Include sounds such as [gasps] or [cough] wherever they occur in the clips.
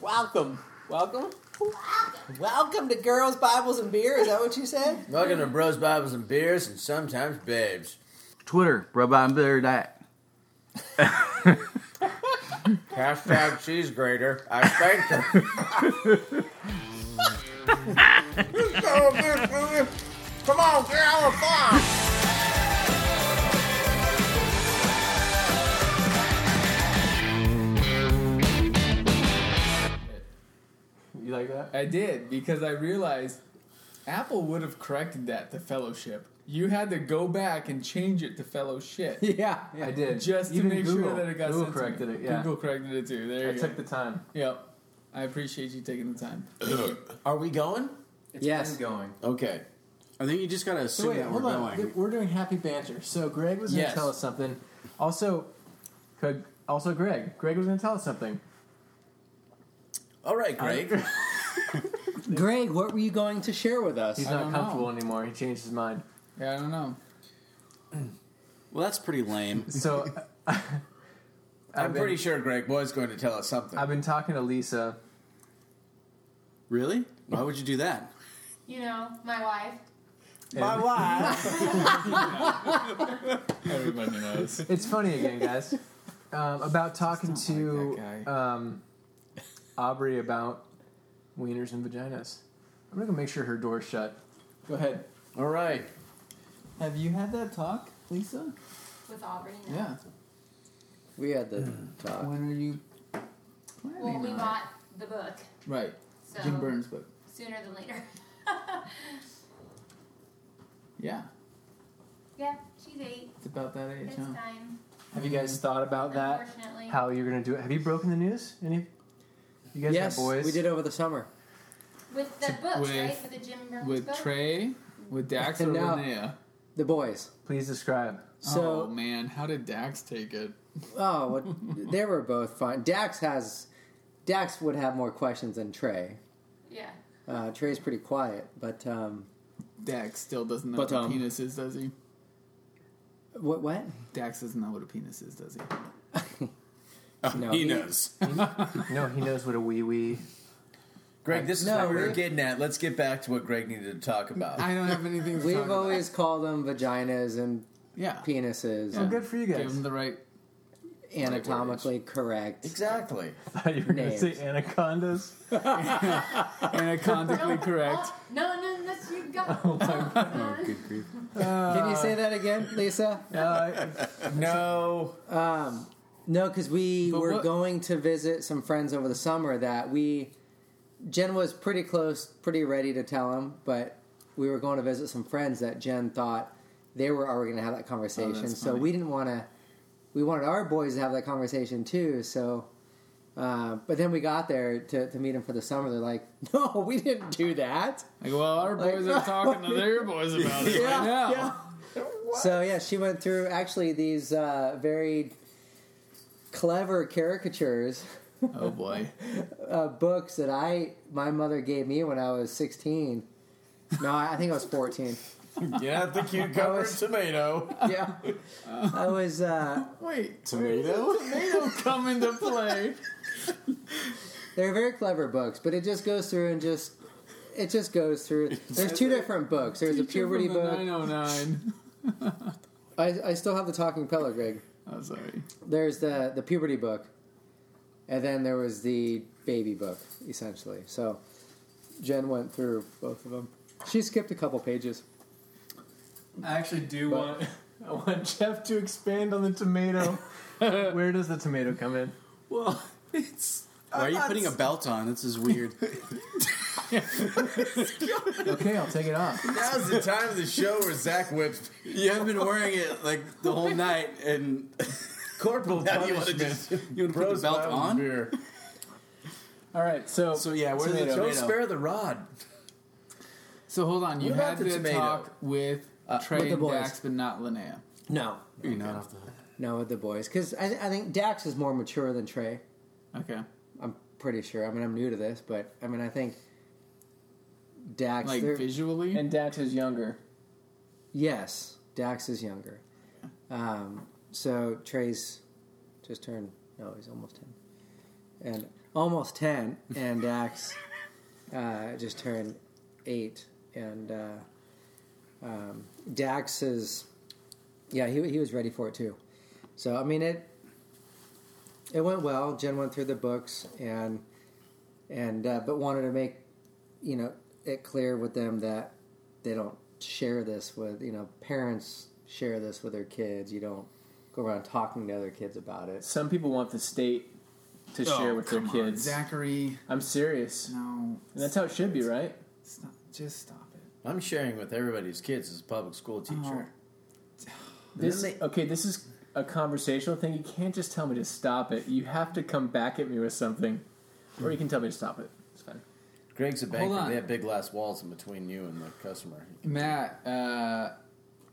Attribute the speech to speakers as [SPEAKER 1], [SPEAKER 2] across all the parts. [SPEAKER 1] Welcome. Welcome. Welcome to Girls, Bibles, and Beer. Is that what you
[SPEAKER 2] [laughs]
[SPEAKER 1] said?
[SPEAKER 3] Welcome to Bros, Bibles, and Beers, and sometimes babes.
[SPEAKER 4] Twitter, bro, I'm better that.
[SPEAKER 3] Hashtag cheese grater. I spanked her. So good, baby. Come on, get on the farm.
[SPEAKER 4] You like that?
[SPEAKER 5] I did because I realized Apple would have corrected that to fellowship. You had to go back and change it to fellowship.
[SPEAKER 4] [laughs] Yeah, I did.
[SPEAKER 5] Just to
[SPEAKER 4] Even
[SPEAKER 5] make
[SPEAKER 4] Google.
[SPEAKER 5] sure that it got
[SPEAKER 4] Google
[SPEAKER 5] sent to me.
[SPEAKER 4] corrected it. Yeah,
[SPEAKER 5] Google corrected it too. There
[SPEAKER 4] I
[SPEAKER 5] you
[SPEAKER 4] took
[SPEAKER 5] go.
[SPEAKER 4] the time.
[SPEAKER 5] yep. I appreciate you taking the time.
[SPEAKER 3] Are we going?
[SPEAKER 4] yes, going.
[SPEAKER 3] Okay.
[SPEAKER 6] I think you just gotta
[SPEAKER 4] So
[SPEAKER 6] assume
[SPEAKER 4] wait,
[SPEAKER 6] that we're
[SPEAKER 4] hold on.
[SPEAKER 6] going.
[SPEAKER 4] We're doing happy banter. So Greg was
[SPEAKER 5] Yes.
[SPEAKER 4] gonna tell us something. Also, could also Greg. Greg was gonna tell us something.
[SPEAKER 3] All right, Greg.
[SPEAKER 6] Greg, what were you going to share with us?
[SPEAKER 4] He's
[SPEAKER 5] I
[SPEAKER 4] not
[SPEAKER 5] don't know.
[SPEAKER 4] comfortable anymore. He changed his mind.
[SPEAKER 5] Yeah, I don't know.
[SPEAKER 6] Well, that's pretty lame.
[SPEAKER 4] So [laughs]
[SPEAKER 3] I'm
[SPEAKER 4] I've been-
[SPEAKER 3] pretty sure Greg was going to tell us something.
[SPEAKER 4] I've been talking to Lisa.
[SPEAKER 6] really? Why would you do that?
[SPEAKER 7] You know, my wife.
[SPEAKER 3] My wife.
[SPEAKER 5] Everybody knows. [laughs]
[SPEAKER 4] It's funny again, guys. Um, about talking to
[SPEAKER 5] that
[SPEAKER 4] um, Aubrey about wieners and vaginas. I'm gonna go make sure her door's shut. Go ahead.
[SPEAKER 3] All right.
[SPEAKER 5] Have you had that talk, Lisa?
[SPEAKER 7] With Aubrey now.
[SPEAKER 5] Yeah.
[SPEAKER 6] We had the talk.
[SPEAKER 5] When are you
[SPEAKER 7] Well, we
[SPEAKER 5] on it?
[SPEAKER 7] bought the book,
[SPEAKER 5] Right.
[SPEAKER 7] so
[SPEAKER 5] Jim Burns book.
[SPEAKER 7] sooner than later. [laughs]
[SPEAKER 5] Yeah.
[SPEAKER 7] yeah, she's eight.
[SPEAKER 5] It's about that age,
[SPEAKER 7] It's
[SPEAKER 5] huh?
[SPEAKER 7] time.
[SPEAKER 4] Have you guys thought about that?
[SPEAKER 7] Unfortunately.
[SPEAKER 4] How you're gonna do it? Have you broken the news? Any? You guys have
[SPEAKER 6] Yes,
[SPEAKER 4] boys.
[SPEAKER 6] we did over the summer.
[SPEAKER 7] With the book, right?
[SPEAKER 5] With-
[SPEAKER 7] With the Jim Burns
[SPEAKER 5] With
[SPEAKER 7] book.
[SPEAKER 5] Trey, with Dax
[SPEAKER 4] [laughs]
[SPEAKER 5] or
[SPEAKER 6] And now-
[SPEAKER 5] Linnea.
[SPEAKER 6] The boys.
[SPEAKER 4] Please describe.
[SPEAKER 5] oh
[SPEAKER 6] So,
[SPEAKER 5] man, how did Dax take it?
[SPEAKER 6] oh, what, they were both fine. Dax has, Dax would have more questions than Trey.
[SPEAKER 7] yeah.
[SPEAKER 6] Uh, Trey's pretty quiet, but um,
[SPEAKER 5] Dax still doesn't know
[SPEAKER 6] But,
[SPEAKER 5] what
[SPEAKER 6] um,
[SPEAKER 5] a penis is, does he?
[SPEAKER 6] what? What?
[SPEAKER 5] Dax doesn't know what a penis is, does he?
[SPEAKER 6] No. Oh, he
[SPEAKER 3] knows.
[SPEAKER 4] No, he knows what a wee wee.
[SPEAKER 3] Greg, this is
[SPEAKER 6] No,
[SPEAKER 3] what we were
[SPEAKER 6] we-
[SPEAKER 3] getting at. Let's get back to what Greg needed to talk about.
[SPEAKER 5] I don't have anything. To talk
[SPEAKER 6] We've
[SPEAKER 5] about.
[SPEAKER 6] always called them vaginas and
[SPEAKER 5] yeah.
[SPEAKER 6] penises,
[SPEAKER 4] Oh, good for you
[SPEAKER 5] Give
[SPEAKER 4] guys.
[SPEAKER 5] him
[SPEAKER 4] [laughs]
[SPEAKER 5] the right.
[SPEAKER 6] anatomically correct.
[SPEAKER 3] exactly.
[SPEAKER 4] thought you were gonna
[SPEAKER 6] Names.
[SPEAKER 4] say [laughs] anacondas.
[SPEAKER 5] Anaconically correct.
[SPEAKER 7] Oh, no, no, no, that's you got. Oh [laughs] my god.
[SPEAKER 6] Can you say that again, Lisa?
[SPEAKER 4] Uh,
[SPEAKER 3] No.
[SPEAKER 6] Um, no, because we
[SPEAKER 5] But
[SPEAKER 6] were
[SPEAKER 5] what-
[SPEAKER 6] going to visit some friends over the summer that we. Jen was pretty close, pretty ready to tell him, but we were going to visit some friends that Jen thought they were already going to have that conversation. so
[SPEAKER 5] funny.
[SPEAKER 6] we didn't want to. We wanted our boys to have that conversation too. So, uh, but then we got there to, to meet them for the summer. They're like, [laughs] "No, we didn't do that."
[SPEAKER 5] Like, well, our
[SPEAKER 6] Like-
[SPEAKER 5] boys are talking
[SPEAKER 6] [laughs]
[SPEAKER 5] to their boys about it right now.
[SPEAKER 6] So yeah, she went through actually these uh, very clever caricatures
[SPEAKER 5] Oh boy.
[SPEAKER 6] uh, books that I my mother gave me when I was 16. No, I I think I was 14.
[SPEAKER 3] Get out the cucumber and
[SPEAKER 6] was-
[SPEAKER 3] tomato.
[SPEAKER 6] [laughs] yeah, I was. Uh,
[SPEAKER 5] Wait,
[SPEAKER 3] Tomato?
[SPEAKER 5] tomato come into play.
[SPEAKER 6] they're very clever books, but it just goes through and just it just goes through. There's two different books. [laughs] There's a puberty
[SPEAKER 5] From the
[SPEAKER 6] book.
[SPEAKER 5] 909.
[SPEAKER 6] I, I still have the talking pillow, Greg.
[SPEAKER 5] Oh, sorry.
[SPEAKER 6] There's the the puberty book, and then there was the baby book, essentially. So Jen went through both of them. She skipped a couple pages.
[SPEAKER 4] I actually do want I want Jeff to expand on the tomato. [laughs] Where does the tomato come in?
[SPEAKER 6] Well,
[SPEAKER 3] It's.
[SPEAKER 6] why
[SPEAKER 3] are you putting
[SPEAKER 6] a belt on? This
[SPEAKER 5] [laughs]
[SPEAKER 6] is weird.
[SPEAKER 4] Okay, I'll take it off.
[SPEAKER 3] Now's the time of the show where Zach whips
[SPEAKER 6] You have been wearing it like the whole night, and
[SPEAKER 3] corporal
[SPEAKER 6] Now you wanna
[SPEAKER 3] punishment.
[SPEAKER 6] just- you want
[SPEAKER 3] Bros Bible and Beer.
[SPEAKER 4] All right, so
[SPEAKER 6] So yeah, where's
[SPEAKER 3] Don't spare the rod.
[SPEAKER 5] So hold on. You
[SPEAKER 3] What about
[SPEAKER 5] had
[SPEAKER 3] the
[SPEAKER 5] to
[SPEAKER 3] tomato?
[SPEAKER 5] talk with Trey
[SPEAKER 6] Uh, with the
[SPEAKER 5] and
[SPEAKER 6] boys.
[SPEAKER 5] Dax, but not Linnea.
[SPEAKER 6] No, you're not off the hook. No, with the boys, because I, I think Dax is more mature than Trey.
[SPEAKER 5] Okay.
[SPEAKER 6] I'm pretty sure. I mean, I'm new to this, but I mean, I think Dax.
[SPEAKER 5] Like
[SPEAKER 6] they're-
[SPEAKER 5] visually.
[SPEAKER 4] and Dax is younger.
[SPEAKER 6] yes, Dax is younger. Um, so Trey's just turned. No, he's almost ten. And almost ten, and Dax uh, just turned eight, and uh, um, Dax is yeah he he was ready for it too. So I mean it it went well. Jen went through the books and and uh, but wanted to make you know it clear with them that they don't share this with you know parents share this with their kids. You don't go around talking to other kids about it.
[SPEAKER 4] Some people want the state to
[SPEAKER 5] Oh,
[SPEAKER 4] share with their
[SPEAKER 5] come on,
[SPEAKER 4] kids.
[SPEAKER 5] Zachary,
[SPEAKER 4] I'm serious.
[SPEAKER 5] no.
[SPEAKER 4] And that's how it should be, right?
[SPEAKER 5] Stop, just stop it.
[SPEAKER 8] I'm sharing with everybody's kids as a public school teacher.
[SPEAKER 4] This
[SPEAKER 8] Really?
[SPEAKER 4] okay. This is a conversational thing. You can't just tell me to stop it. You have to come back at me with something, or you can tell me to stop it. It's fine.
[SPEAKER 8] Greg's a banker.
[SPEAKER 5] on.
[SPEAKER 8] They have big glass walls in between you and the customer.
[SPEAKER 5] Matt, uh,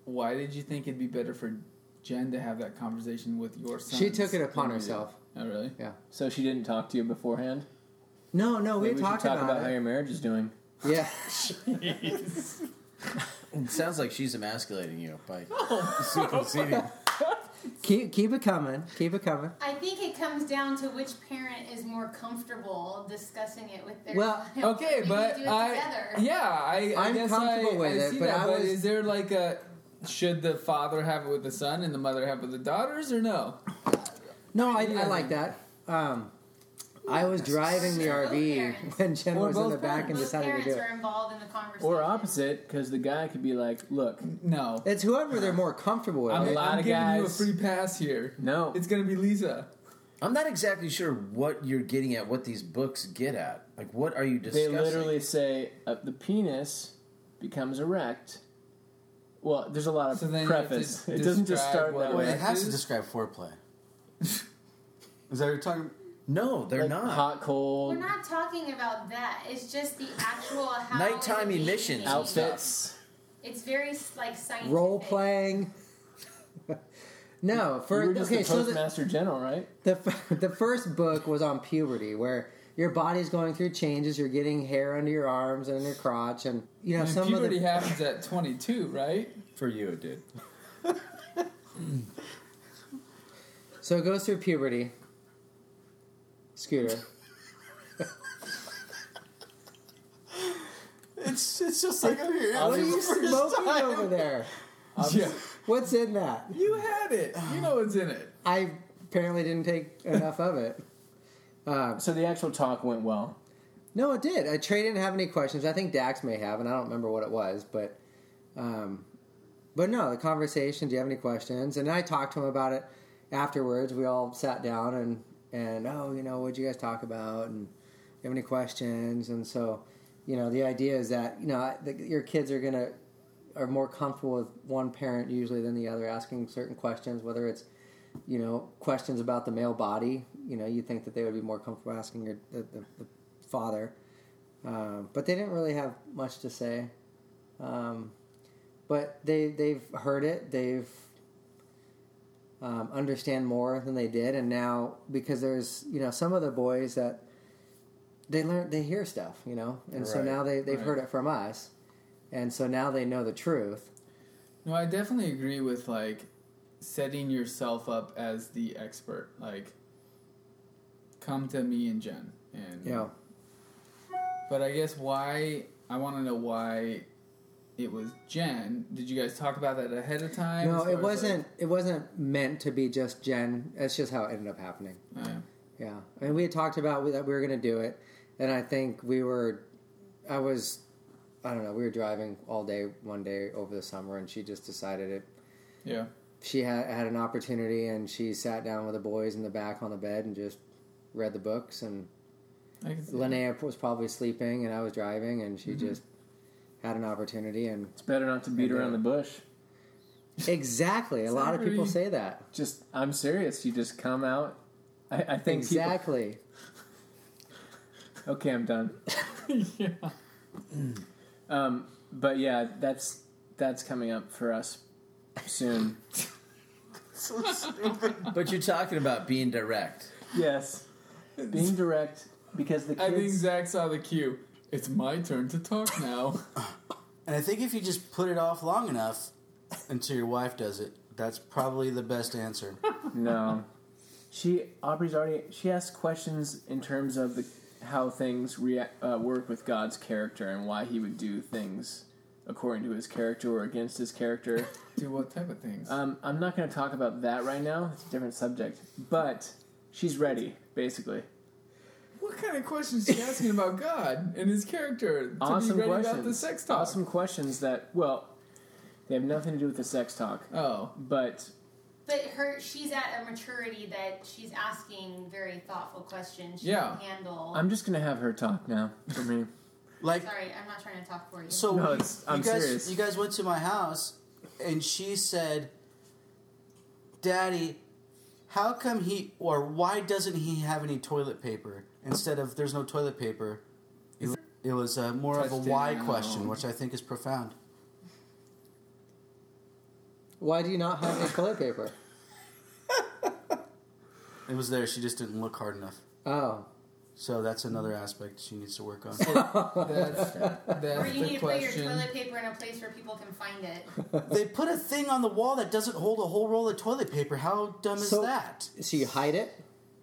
[SPEAKER 5] why did you think it'd be better for Jen to have that conversation with your son?
[SPEAKER 6] She took it upon herself.
[SPEAKER 5] Oh, really?
[SPEAKER 6] Yeah.
[SPEAKER 4] So she didn't talk to you beforehand.
[SPEAKER 6] No, no, we
[SPEAKER 4] Maybe we should
[SPEAKER 6] talked
[SPEAKER 4] talk about,
[SPEAKER 6] about,
[SPEAKER 4] how
[SPEAKER 6] it.
[SPEAKER 4] your marriage is doing.
[SPEAKER 6] Yeah.
[SPEAKER 8] It sounds like she's emasculating you by superseding.
[SPEAKER 6] keep keep it coming. Keep it coming.
[SPEAKER 7] I think it comes down to which parent is more comfortable discussing it with their [laughs]
[SPEAKER 6] Well,
[SPEAKER 7] child.
[SPEAKER 5] Okay,
[SPEAKER 7] We need
[SPEAKER 5] but
[SPEAKER 7] to do it
[SPEAKER 5] I
[SPEAKER 7] together.
[SPEAKER 5] yeah, I, I
[SPEAKER 6] I'm
[SPEAKER 5] guess
[SPEAKER 6] comfortable
[SPEAKER 5] I,
[SPEAKER 6] with
[SPEAKER 5] I
[SPEAKER 6] it,
[SPEAKER 5] see
[SPEAKER 6] but
[SPEAKER 5] that,
[SPEAKER 6] I
[SPEAKER 5] but
[SPEAKER 6] was-
[SPEAKER 5] is there like a should the father have it with the son and the mother have it with the daughters or no?
[SPEAKER 6] No, I, I like that. Um, I was driving the RV
[SPEAKER 7] parents.
[SPEAKER 6] when Jen
[SPEAKER 4] Or
[SPEAKER 6] was in
[SPEAKER 4] both
[SPEAKER 6] the back and
[SPEAKER 7] Both
[SPEAKER 6] decided to
[SPEAKER 7] parents
[SPEAKER 6] do it.
[SPEAKER 7] are involved in the conversation.
[SPEAKER 4] Or opposite, because the guy could be like, "Look,
[SPEAKER 5] No.
[SPEAKER 6] It's whoever they're more comfortable with.
[SPEAKER 5] I'm,
[SPEAKER 4] lot
[SPEAKER 5] I'm
[SPEAKER 4] of
[SPEAKER 5] giving you a
[SPEAKER 4] guys-
[SPEAKER 5] free pass here.
[SPEAKER 4] no,
[SPEAKER 5] It's gonna be Lisa.
[SPEAKER 8] I'm not exactly sure what you're getting at. What these books get at? Like, what are you
[SPEAKER 4] they
[SPEAKER 8] discussing?
[SPEAKER 4] literally say uh, the penis becomes erect." Well, there's a lot of
[SPEAKER 5] So then you have to
[SPEAKER 4] preface. It doesn't just
[SPEAKER 5] describe
[SPEAKER 4] start
[SPEAKER 5] what
[SPEAKER 4] that
[SPEAKER 5] it
[SPEAKER 8] Wait,
[SPEAKER 4] way.
[SPEAKER 8] it has to
[SPEAKER 5] Is-
[SPEAKER 8] describe foreplay.
[SPEAKER 3] Is that what you're talking?
[SPEAKER 8] No, they're
[SPEAKER 4] Like,
[SPEAKER 8] not.
[SPEAKER 4] hot, cold,
[SPEAKER 7] We're not talking about that. It's just the actual how
[SPEAKER 8] Nighttime
[SPEAKER 7] it is.
[SPEAKER 8] emissions.
[SPEAKER 4] outfits.
[SPEAKER 7] It's very like
[SPEAKER 6] [laughs]
[SPEAKER 7] scientific.
[SPEAKER 6] Role playing. [laughs] no,
[SPEAKER 4] You
[SPEAKER 6] for
[SPEAKER 4] were just
[SPEAKER 6] okay.
[SPEAKER 4] the
[SPEAKER 6] So the,
[SPEAKER 4] postmaster general, right?
[SPEAKER 6] the f- the [laughs] first book was on puberty, where your body's going through changes. You're getting hair under your arms and in your crotch, and you know
[SPEAKER 5] And
[SPEAKER 6] some of
[SPEAKER 5] puberty
[SPEAKER 6] the
[SPEAKER 5] happens at 22, right?
[SPEAKER 8] For you, it did.
[SPEAKER 6] So it goes through puberty. Scooter.
[SPEAKER 3] It's it's just like I'm here.
[SPEAKER 6] What are you smoking
[SPEAKER 3] time.
[SPEAKER 6] over there?
[SPEAKER 5] Yeah.
[SPEAKER 6] What's in that?
[SPEAKER 5] You had it. You know what's in it.
[SPEAKER 6] I apparently didn't take enough of it. Uh,
[SPEAKER 4] So the actual talk went well.
[SPEAKER 6] no, it did. I Trey didn't have any questions. I think Dax may have, and I don't remember what it was, but, um, but no, the conversation. Do you have any questions? And I talked to him about it afterwards. We all sat down and and oh, you know, what'd you guys talk about? And you have any questions? And so, you know, the idea is that you know I- the, your kids are gonna are more comfortable with one parent usually than the other asking certain questions, whether it's you know, questions about the male body. You know, you think that they would be more comfortable asking your, the, the, the father, um, but they didn't really have much to say. Um, but they they've heard it. They've um, understand more than they did, and now because there's you know some of the boys that they learn they hear stuff, you know, and so
[SPEAKER 8] Right,
[SPEAKER 6] now they they've
[SPEAKER 5] right.
[SPEAKER 6] heard it from us, and so now they know the truth.
[SPEAKER 5] No, I definitely agree with like setting yourself up as the expert. Like, come to me and Jen. And
[SPEAKER 6] You know,
[SPEAKER 5] But I guess why I want to know why it was Jen. Did you guys talk about that ahead of time? as
[SPEAKER 6] no,
[SPEAKER 5] far
[SPEAKER 6] it
[SPEAKER 5] as,
[SPEAKER 6] wasn't. It wasn't meant to be just Jen. That's just how it ended up happening.
[SPEAKER 5] like- Yeah.
[SPEAKER 6] Yeah, I mean, we had talked about that we were going to do it, and I think we were, I was, I don't know, we were driving all day one day over the summer, and she just decided it.
[SPEAKER 5] yeah.
[SPEAKER 6] She had had an opportunity, and she sat down with the boys in the back on the bed and just read the books. And
[SPEAKER 5] I can see
[SPEAKER 6] Linnea was probably sleeping, and I was driving, and she just had an opportunity. And
[SPEAKER 4] It's better not to beat
[SPEAKER 6] Yeah.
[SPEAKER 4] around the bush.
[SPEAKER 6] exactly, a lot of people say that.
[SPEAKER 4] Just, I'm serious. You just come out. I, I think people-
[SPEAKER 6] Exactly.
[SPEAKER 4] okay, I'm done.
[SPEAKER 5] [laughs] yeah.
[SPEAKER 4] Um, but yeah, that's that's coming up for us soon.
[SPEAKER 8] But you're talking about being direct.
[SPEAKER 4] yes, being direct because the
[SPEAKER 5] I think
[SPEAKER 4] kids.
[SPEAKER 5] Zach saw the cue. It's my turn to talk now.
[SPEAKER 3] And I think if you just put it off long
[SPEAKER 5] [laughs]
[SPEAKER 3] enough until your wife does it, that's probably the best answer.
[SPEAKER 4] no, she Aubrey's already she asks questions in terms of the, how things react, uh, work with God's character and why He would do things according to His character or against
[SPEAKER 5] [laughs]
[SPEAKER 4] His character.
[SPEAKER 5] Do what type of things?
[SPEAKER 4] Um, I'm not going to talk about that right now. It's a different subject. But she's ready, basically.
[SPEAKER 5] what kind of questions are you asking about God and His character to
[SPEAKER 4] awesome
[SPEAKER 5] be ready
[SPEAKER 4] questions.
[SPEAKER 5] about the sex talk?
[SPEAKER 4] Awesome questions that well, they have nothing to do with the sex talk,
[SPEAKER 5] [laughs] Oh,
[SPEAKER 4] but
[SPEAKER 7] But her, she's at a maturity that she's asking very thoughtful questions. She
[SPEAKER 5] Yeah.
[SPEAKER 7] can handle.
[SPEAKER 4] I'm just going to have her talk now for me.
[SPEAKER 9] Like,
[SPEAKER 7] Sorry, I'm not trying to talk for you.
[SPEAKER 9] so
[SPEAKER 4] No, it's- I'm
[SPEAKER 9] you guys,
[SPEAKER 4] serious.
[SPEAKER 9] you guys went to my house, and she said, "Daddy, how come he or why doesn't he have any toilet paper instead of there's no toilet paper?" It, it was uh, more of a why
[SPEAKER 5] Touchdown.
[SPEAKER 9] question, which I think is profound.
[SPEAKER 6] Why do you not have any toilet paper?
[SPEAKER 9] It was there. She just didn't look hard enough.
[SPEAKER 6] Oh,
[SPEAKER 9] So that's another aspect she needs to
[SPEAKER 8] [laughs]
[SPEAKER 9] work on.
[SPEAKER 5] that's
[SPEAKER 7] or
[SPEAKER 5] that's
[SPEAKER 7] you
[SPEAKER 5] the
[SPEAKER 7] need to put your
[SPEAKER 5] question.
[SPEAKER 7] toilet paper in a place where people can find it.
[SPEAKER 9] they put a thing on the wall that doesn't hold a whole roll of toilet paper. How dumb is
[SPEAKER 6] So-
[SPEAKER 9] that?
[SPEAKER 6] so you hide it?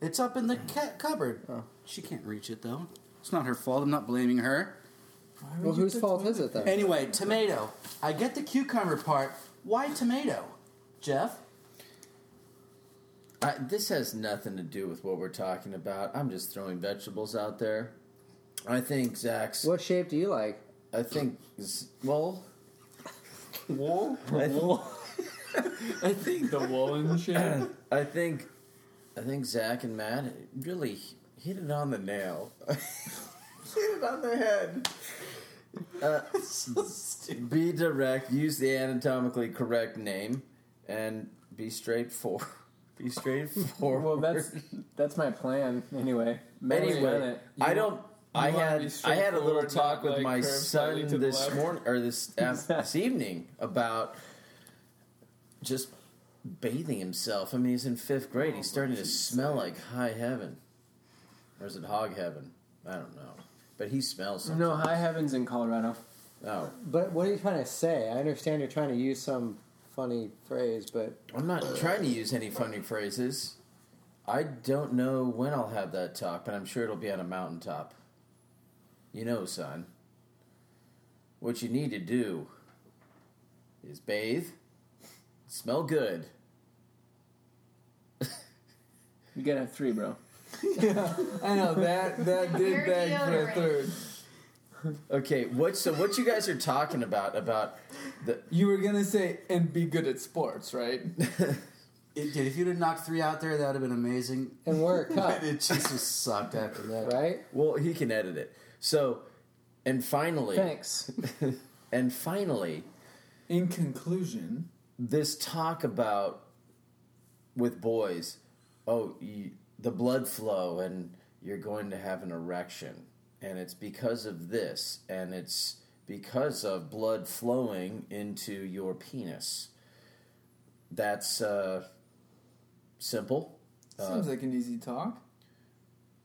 [SPEAKER 9] It's up in the ca- cupboard.
[SPEAKER 2] Oh.
[SPEAKER 9] She can't reach it though. It's not her fault. I'm not blaming her.
[SPEAKER 6] Well, whose fault is it then?
[SPEAKER 9] Anyway, tomato. I get the cucumber part. Why tomato, Jeff?
[SPEAKER 2] I, this has nothing to do with what we're talking about. I'm just throwing vegetables out there. I think Zach's.
[SPEAKER 6] What shape do you like?
[SPEAKER 2] I think is- well. Wool. I, th- I think
[SPEAKER 5] The woolen [laughs] shit.
[SPEAKER 2] [clears throat] I think I think Zach and Matt really hit it on the nail. [laughs]
[SPEAKER 10] Hit it on the head.
[SPEAKER 2] Uh,
[SPEAKER 4] [laughs]
[SPEAKER 2] be direct. Use the anatomically correct name, and be straightforward. Be [laughs] straightforward.
[SPEAKER 4] Well, that's that's my plan anyway. Matt's done
[SPEAKER 2] anyway.
[SPEAKER 4] it.
[SPEAKER 2] I don't. I
[SPEAKER 5] wanna
[SPEAKER 2] had
[SPEAKER 5] be
[SPEAKER 2] I had a little
[SPEAKER 5] straightforward,
[SPEAKER 2] talk
[SPEAKER 5] not,
[SPEAKER 2] with
[SPEAKER 5] like,
[SPEAKER 2] my
[SPEAKER 5] curve slightly
[SPEAKER 2] son
[SPEAKER 5] to the
[SPEAKER 2] this
[SPEAKER 5] left.
[SPEAKER 2] morning or
[SPEAKER 5] [laughs]
[SPEAKER 2] this af- this evening about just bathing himself. I mean, he's in fifth grade.
[SPEAKER 5] Oh,
[SPEAKER 2] He's starting to smell like high heaven, or is it hog heaven? I don't know, but he smells something.
[SPEAKER 4] No, high heavens in Colorado.
[SPEAKER 2] Oh,
[SPEAKER 6] But what are you trying to say? I understand you're trying to use some funny phrase, but
[SPEAKER 2] I'm not trying to use any funny phrases. I don't know when I'll have that talk, but I'm sure it'll be on a mountaintop. You know, son, what you need to do is bathe, smell good.
[SPEAKER 4] You gotta have three, bro.
[SPEAKER 5] I know that that did
[SPEAKER 7] Your
[SPEAKER 5] beg for a
[SPEAKER 7] deodorant.
[SPEAKER 5] third.
[SPEAKER 2] Okay, what? So what you guys are talking about? About the
[SPEAKER 5] You were gonna say and be good at sports, [laughs] right?
[SPEAKER 9] It did. If you'd have knocked three out there, that would have been amazing.
[SPEAKER 6] and we're a cup,
[SPEAKER 9] But it just was sucked after that.
[SPEAKER 6] right?
[SPEAKER 2] well, he can edit it. So, and finally,
[SPEAKER 4] Thanks.
[SPEAKER 2] [laughs] and finally,
[SPEAKER 5] In conclusion,
[SPEAKER 2] this talk about with boys, oh, you, the blood flow and you're going to have an erection. And it's because of this, and it's because of blood flowing into your penis. That's uh, simple.
[SPEAKER 5] seems
[SPEAKER 2] Uh,
[SPEAKER 5] like an easy talk.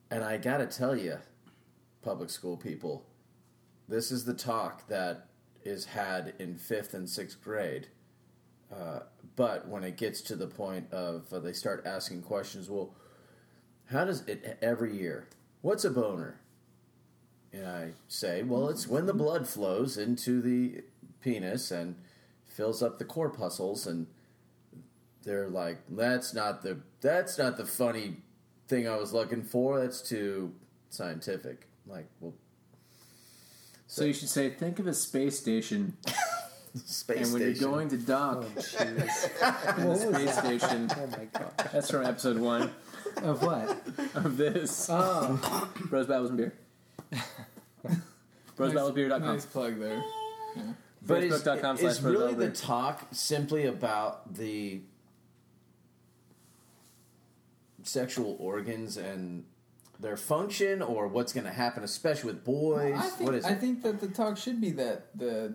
[SPEAKER 2] And I gotta tell you, public school people, this is the talk that is had in fifth and sixth grade. Uh, but when it gets to the point of uh, they start asking questions, well, how does it every year? What's a boner? And I say, well, it's when the blood flows into the penis and fills up the corpuscles, and they're like, that's not the that's not the funny thing I was looking for. That's too scientific. I'm like, well,
[SPEAKER 4] so you should say, think of a space station,
[SPEAKER 2] space
[SPEAKER 4] and when
[SPEAKER 2] station.
[SPEAKER 4] you're going to dock, in the space station.
[SPEAKER 6] Oh my god!
[SPEAKER 4] That's from episode one
[SPEAKER 6] Of what?
[SPEAKER 4] of this.
[SPEAKER 6] Oh,
[SPEAKER 4] Bros, Battles, and Beer. BrosBattlesBeer.com.
[SPEAKER 5] Nice plug there.
[SPEAKER 2] but it's,
[SPEAKER 4] Facebook.com slash
[SPEAKER 2] it's really the
[SPEAKER 4] Rosenberg.
[SPEAKER 2] talk simply about the sexual organs and their function or what's going to happen, especially with boys.
[SPEAKER 5] I think,
[SPEAKER 2] what is [laughs]
[SPEAKER 5] I
[SPEAKER 2] it?
[SPEAKER 5] think that the talk should be that the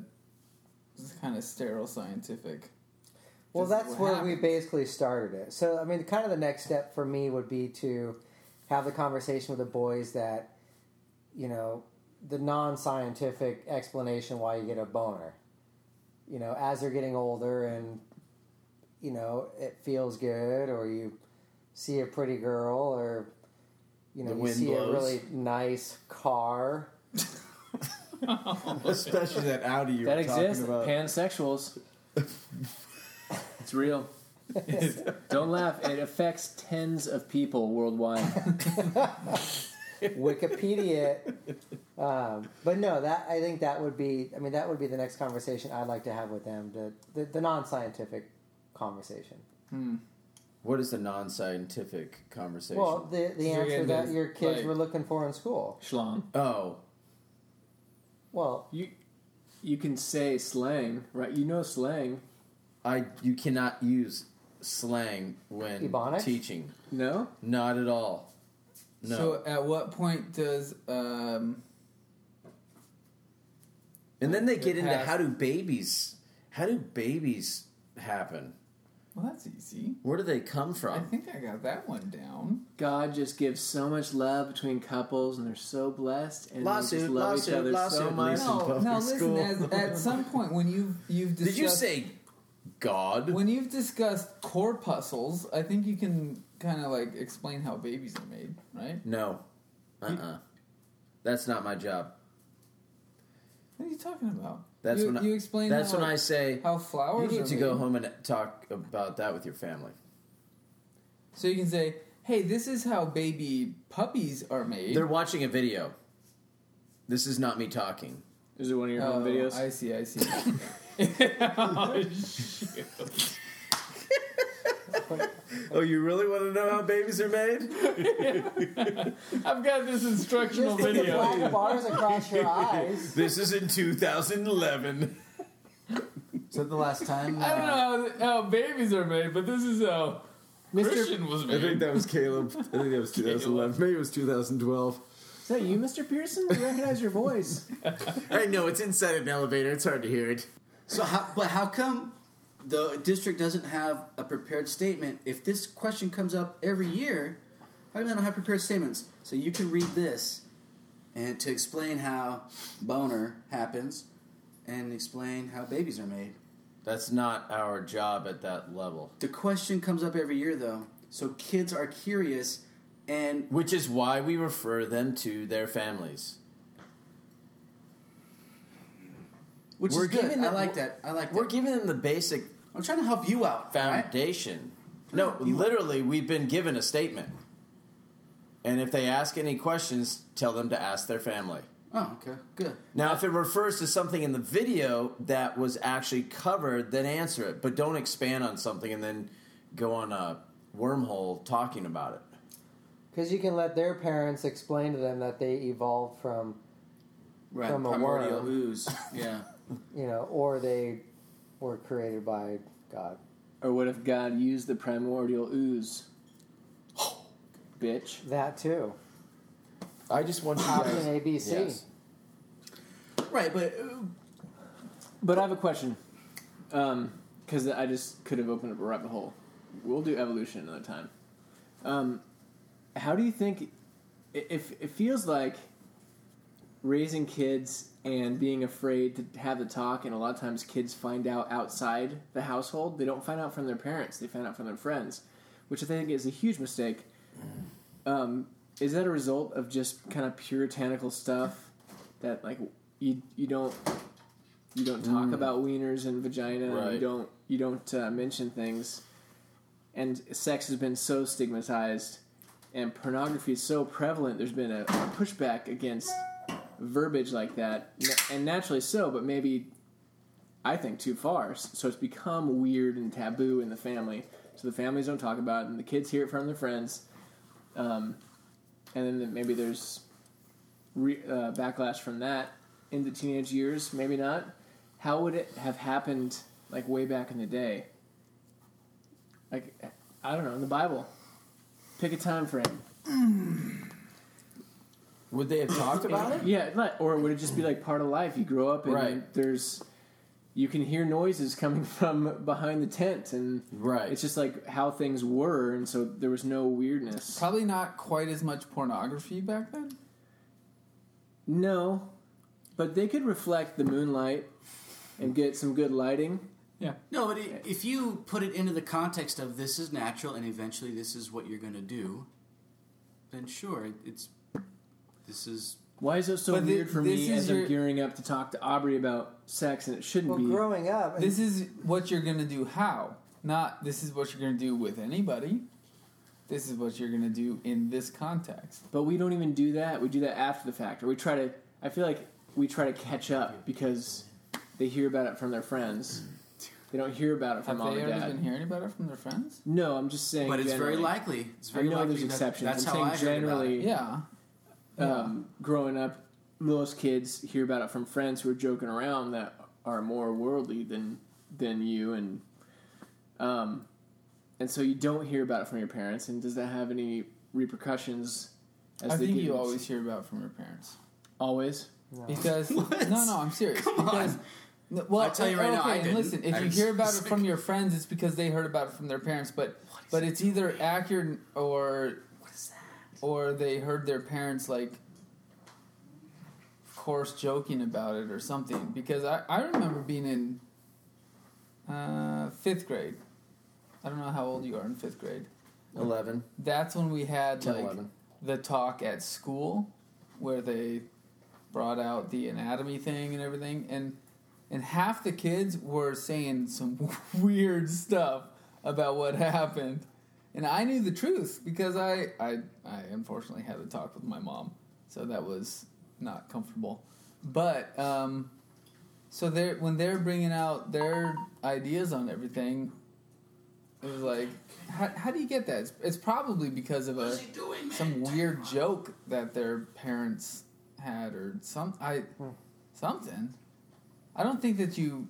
[SPEAKER 5] kind of sterile scientific.
[SPEAKER 6] well,
[SPEAKER 5] This is
[SPEAKER 6] that's
[SPEAKER 5] what
[SPEAKER 6] where we
[SPEAKER 5] happens.
[SPEAKER 6] basically started it. So, I mean, kind of the next step for me would be to have the conversation with the boys that, you know, the non-scientific explanation why you get a boner. You know, as they're getting older and, you know, it feels good, or you see a pretty girl or you know
[SPEAKER 2] The
[SPEAKER 6] you
[SPEAKER 2] wind
[SPEAKER 6] see
[SPEAKER 2] blows.
[SPEAKER 6] a really nice car.
[SPEAKER 11] Especially that Audi you
[SPEAKER 4] That
[SPEAKER 11] were talking
[SPEAKER 4] exists.
[SPEAKER 11] about.
[SPEAKER 4] Pansexuals. it's real. Don't laugh. It affects tens of people worldwide.
[SPEAKER 6] Wikipedia. it. um, but no, that I think that would be. I mean, that would be the next conversation I'd like to have with them. The the, the non scientific conversation.
[SPEAKER 2] What is the non-scientific conversation?
[SPEAKER 6] Well, the the
[SPEAKER 5] You're
[SPEAKER 6] answer
[SPEAKER 5] getting
[SPEAKER 6] that
[SPEAKER 5] those,
[SPEAKER 6] your kids
[SPEAKER 5] like-
[SPEAKER 6] were looking for in school.
[SPEAKER 4] Schlong.
[SPEAKER 2] oh,
[SPEAKER 6] Well,
[SPEAKER 4] You, you can say slang, right? You know slang.
[SPEAKER 2] I you cannot use slang when
[SPEAKER 6] Ebonics?
[SPEAKER 2] teaching.
[SPEAKER 4] No?
[SPEAKER 2] Not at all. No.
[SPEAKER 5] So at what point does um
[SPEAKER 2] and then they get into
[SPEAKER 5] past-
[SPEAKER 2] how do babies how do babies happen?
[SPEAKER 5] well that's easy.
[SPEAKER 2] Where do they come
[SPEAKER 5] I
[SPEAKER 2] from?
[SPEAKER 5] think I got that one down.
[SPEAKER 4] God just gives so much love between couples, and they're so blessed, and they
[SPEAKER 2] Lawsuit,
[SPEAKER 4] just love
[SPEAKER 2] lawsuit,
[SPEAKER 4] each other so
[SPEAKER 2] lawsuit,
[SPEAKER 4] much.
[SPEAKER 2] Lisa.
[SPEAKER 5] No,
[SPEAKER 2] public
[SPEAKER 5] no. Listen,
[SPEAKER 2] school.
[SPEAKER 5] as,
[SPEAKER 2] [laughs]
[SPEAKER 5] at some point when you you've discussed,
[SPEAKER 2] Did you say God?
[SPEAKER 5] when you've discussed corpuscles, I think you can kind of like explain how babies are made, right?
[SPEAKER 2] no. Uh uh That's not my job.
[SPEAKER 5] What are you talking about?
[SPEAKER 2] That's
[SPEAKER 5] you,
[SPEAKER 2] when I-
[SPEAKER 5] you explain.
[SPEAKER 2] That's
[SPEAKER 5] how,
[SPEAKER 2] when I say
[SPEAKER 5] how flowers.
[SPEAKER 2] you need
[SPEAKER 5] are
[SPEAKER 2] to go
[SPEAKER 5] made.
[SPEAKER 2] home and talk about that with your family.
[SPEAKER 5] So you can say, "Hey, this is how baby puppies are made."
[SPEAKER 2] They're watching a video. This is not me talking.
[SPEAKER 4] Is it one of your
[SPEAKER 5] Oh,
[SPEAKER 4] home videos?
[SPEAKER 5] I see. I see. [laughs]
[SPEAKER 2] Oh, you really want to know how babies are made?
[SPEAKER 5] I've
[SPEAKER 2] [laughs]
[SPEAKER 5] got this instructional
[SPEAKER 6] just the
[SPEAKER 5] video.
[SPEAKER 6] black bars across
[SPEAKER 5] [laughs]
[SPEAKER 6] your eyes.
[SPEAKER 2] This is in 2011.
[SPEAKER 11] Is that the last time?
[SPEAKER 5] I don't know how, how babies are made, but this is how Christian was
[SPEAKER 2] I think
[SPEAKER 5] made.
[SPEAKER 2] that was Caleb. I think that was 2011. Maybe it was 2012.
[SPEAKER 4] Is that you, Mr. Pearson? I recognize
[SPEAKER 5] [laughs]
[SPEAKER 4] your voice.
[SPEAKER 2] I know it's inside an elevator. It's hard to hear it.
[SPEAKER 11] So, how, but how come the district doesn't have a prepared statement? If this question comes up every year, how come they don't have prepared statements? So you can read this, and to explain how boner happens, and explain how babies are made.
[SPEAKER 2] That's not our job at that level.
[SPEAKER 11] The question comes up every year, though, so kids are curious, and
[SPEAKER 2] Which is why we refer them to their families.
[SPEAKER 11] which
[SPEAKER 2] We're
[SPEAKER 11] is good.
[SPEAKER 2] giving
[SPEAKER 11] I
[SPEAKER 2] them-
[SPEAKER 11] like that. I like
[SPEAKER 2] We're
[SPEAKER 11] that.
[SPEAKER 2] giving them the basic
[SPEAKER 11] I'm trying to help you out. alright?
[SPEAKER 2] foundation. No, literally, we've been given a statement. And if they ask any questions, tell them to ask their family.
[SPEAKER 11] Oh, okay, good.
[SPEAKER 2] Now, if it refers to something in the video that was actually covered, then answer it. But don't expand on something and then go on a wormhole talking about it.
[SPEAKER 6] Because you can let their parents explain to them that they evolved from,
[SPEAKER 2] Right.
[SPEAKER 6] From a
[SPEAKER 2] primordial
[SPEAKER 6] worm.
[SPEAKER 2] ooze.
[SPEAKER 11] Yeah.
[SPEAKER 6] you know, or they were created by God.
[SPEAKER 4] or what if God used the primordial
[SPEAKER 2] [gasps]
[SPEAKER 4] ooze? Bitch.
[SPEAKER 6] That too.
[SPEAKER 2] I just want you
[SPEAKER 6] Option
[SPEAKER 2] guys.
[SPEAKER 6] A, B, C.
[SPEAKER 2] Yes.
[SPEAKER 11] Right, but uh,
[SPEAKER 4] But I have a question. Because I just could have opened up a rabbit hole. We'll do evolution another time. Um, how do you think. i- If it feels like raising kids and being afraid to have the talk, and a lot of times kids find out outside the household, they don't find out from their parents, they find out from their friends, which I think is a huge mistake. Um, is that a result of just kind of puritanical stuff that, like, you, you don't you don't talk about wieners and vagina and you
[SPEAKER 2] Right.
[SPEAKER 4] don't you don't uh, mention things and sex has been so stigmatized and pornography is so prevalent there's been a, a pushback against verbiage like that na- and naturally so but maybe i think too far S- so it's become weird and taboo in the family so the families don't talk about it and the kids hear it from their friends um, and then maybe there's re- uh, backlash from that in the teenage years maybe not how would it have happened like way back in the day like i don't know in the bible pick a time frame
[SPEAKER 2] Would they have talked about it?
[SPEAKER 4] yeah like- or would it just be like part of life you grow up and
[SPEAKER 2] Right.
[SPEAKER 4] there's you can hear noises coming [laughs] from behind the tent and
[SPEAKER 2] Right.
[SPEAKER 4] it's just like how things were and so there was no weirdness
[SPEAKER 5] Probably not quite as much pornography back then.
[SPEAKER 4] no but they could reflect the moonlight and get some good lighting
[SPEAKER 5] Yeah.
[SPEAKER 2] No, but i if you put it into the context of this is natural and eventually this is what you're going to do, then sure, it- it's this is
[SPEAKER 4] Why is it so
[SPEAKER 5] But thi-
[SPEAKER 4] weird for
[SPEAKER 5] this
[SPEAKER 4] me
[SPEAKER 5] is
[SPEAKER 4] as
[SPEAKER 5] your-
[SPEAKER 4] I'm gearing up to talk to Aubrey about sex and it shouldn't
[SPEAKER 6] Well,
[SPEAKER 4] be?
[SPEAKER 6] growing up, and
[SPEAKER 5] This is what you're gonna do. How? Not this is what you're gonna do with anybody. This is what you're gonna do in this context.
[SPEAKER 4] But we don't even do that. We do that after the fact. Or we try to. I feel like we try to catch up because they hear about it from their friends. They don't hear about it from
[SPEAKER 5] Have
[SPEAKER 4] mom
[SPEAKER 5] they
[SPEAKER 4] and
[SPEAKER 5] already
[SPEAKER 4] dad.
[SPEAKER 5] been hearing about it from their friends?
[SPEAKER 4] No, I'm just saying.
[SPEAKER 2] but it's very
[SPEAKER 4] generally.
[SPEAKER 2] likely. It's very
[SPEAKER 4] I know
[SPEAKER 2] likely
[SPEAKER 4] there's
[SPEAKER 2] that-
[SPEAKER 4] exceptions.
[SPEAKER 2] That's
[SPEAKER 4] I'm
[SPEAKER 2] how I
[SPEAKER 4] saying
[SPEAKER 2] heard about it.
[SPEAKER 4] generally,
[SPEAKER 5] Yeah.
[SPEAKER 4] um, growing up, most kids hear about it from friends who are joking around that are more worldly than than you, and um, and so you don't hear about it from your parents. And does that have any repercussions? As
[SPEAKER 5] I
[SPEAKER 4] they
[SPEAKER 5] think
[SPEAKER 4] get
[SPEAKER 5] you
[SPEAKER 4] into-
[SPEAKER 5] always hear about it from your parents.
[SPEAKER 4] always.
[SPEAKER 5] Because no, no, I'm serious.
[SPEAKER 2] Come
[SPEAKER 5] because,
[SPEAKER 2] on.
[SPEAKER 5] No, well,
[SPEAKER 2] I'll tell you right
[SPEAKER 5] okay,
[SPEAKER 2] now, I
[SPEAKER 5] and
[SPEAKER 2] didn't.
[SPEAKER 5] listen, if
[SPEAKER 2] I
[SPEAKER 5] you
[SPEAKER 2] was
[SPEAKER 5] hear about it
[SPEAKER 2] sick.
[SPEAKER 5] from your friends, it's because they heard about it from their parents. But but it's either accurate or or they heard their parents like, of course, joking about it or something. Because I I remember being in uh, fifth grade. I don't know how old you are in fifth grade.
[SPEAKER 8] 11,
[SPEAKER 5] That's when we had
[SPEAKER 8] 10,
[SPEAKER 5] like
[SPEAKER 8] 11.
[SPEAKER 5] the talk at school where they brought out the anatomy thing and everything and and half the kids were saying some [laughs] weird stuff about what happened and i knew the truth because i i, I unfortunately had a talk with my mom so that was not comfortable but um so they're when they're bringing out their ideas on everything it was like how, how do you get that it's, it's probably because of a some weird joke that their parents had or some I
[SPEAKER 8] Hmm.
[SPEAKER 5] something. I don't think that you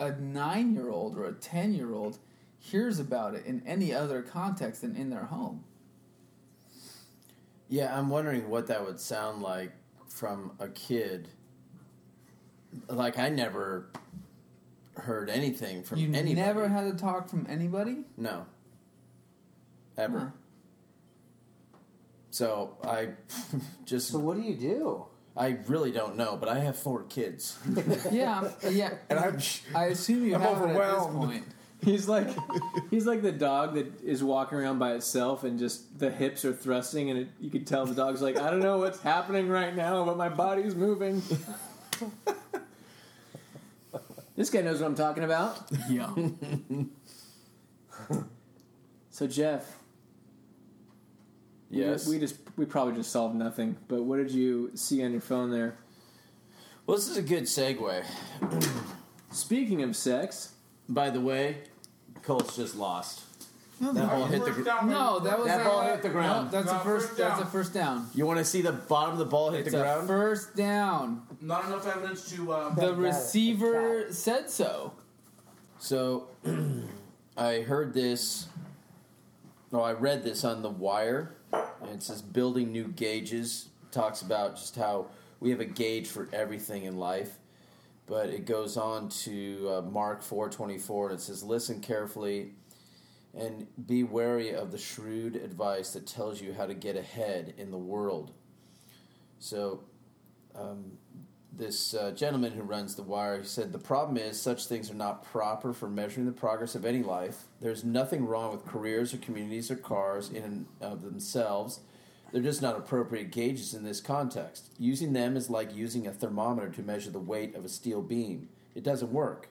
[SPEAKER 5] a 9-year-old or a 10-year-old hears about it in any other context than in their home.
[SPEAKER 8] Yeah, I'm wondering what that would sound like from a kid. Like I never heard anything from
[SPEAKER 5] you
[SPEAKER 8] anybody.
[SPEAKER 5] never had a talk from anybody?
[SPEAKER 8] no. Ever.
[SPEAKER 5] Huh.
[SPEAKER 8] So I [laughs] just
[SPEAKER 6] so, what do you do?
[SPEAKER 8] I really don't know, but I have
[SPEAKER 5] [laughs]
[SPEAKER 8] four kids, [laughs]
[SPEAKER 5] Yeah, I'm- yeah.
[SPEAKER 8] and I'm
[SPEAKER 5] I assume you
[SPEAKER 3] I'm
[SPEAKER 5] have it at this
[SPEAKER 3] overwhelmed.
[SPEAKER 5] point.
[SPEAKER 4] He's like [laughs] he's like the dog that is walking around by itself and just the hips are thrusting and it, you can tell the dog's like I don't know what's happening right now but my body's moving. [laughs] this guy knows what I'm talking about.
[SPEAKER 5] Yeah.
[SPEAKER 4] So Jeff, we ju-
[SPEAKER 8] yes.
[SPEAKER 4] we just we probably just solved nothing. But what did you see on your phone there?
[SPEAKER 8] well, this is a good segue.
[SPEAKER 4] Speaking of sex,
[SPEAKER 8] By the way, Colts just lost. that ball hit the. gr-
[SPEAKER 5] No, that was
[SPEAKER 8] That
[SPEAKER 5] a-
[SPEAKER 8] ball hit the ground.
[SPEAKER 5] no, that's a
[SPEAKER 3] No,
[SPEAKER 5] first,
[SPEAKER 3] first
[SPEAKER 5] that's a
[SPEAKER 3] down.
[SPEAKER 5] first down.
[SPEAKER 8] You want to see the bottom of the ball hit
[SPEAKER 5] It's
[SPEAKER 8] the
[SPEAKER 5] a
[SPEAKER 8] ground?
[SPEAKER 5] first down.
[SPEAKER 3] Not enough evidence to. Uh,
[SPEAKER 5] The receiver said so.
[SPEAKER 8] So [clears throat] I heard this. No, I read this on The Wire. And it says building new gauges. Talks about just how we have a gauge for everything in life. But it goes on to uh, Mark 424 and it says, Listen carefully and be wary of the shrewd advice that tells you how to get ahead in the world. So this uh, gentleman who runs the wire he said the problem is such things are not proper for measuring the progress of any life there's nothing wrong with careers or communities or cars in and of themselves they're just not appropriate gauges in this context using them is like using a thermometer to measure the weight of a steel beam it doesn't work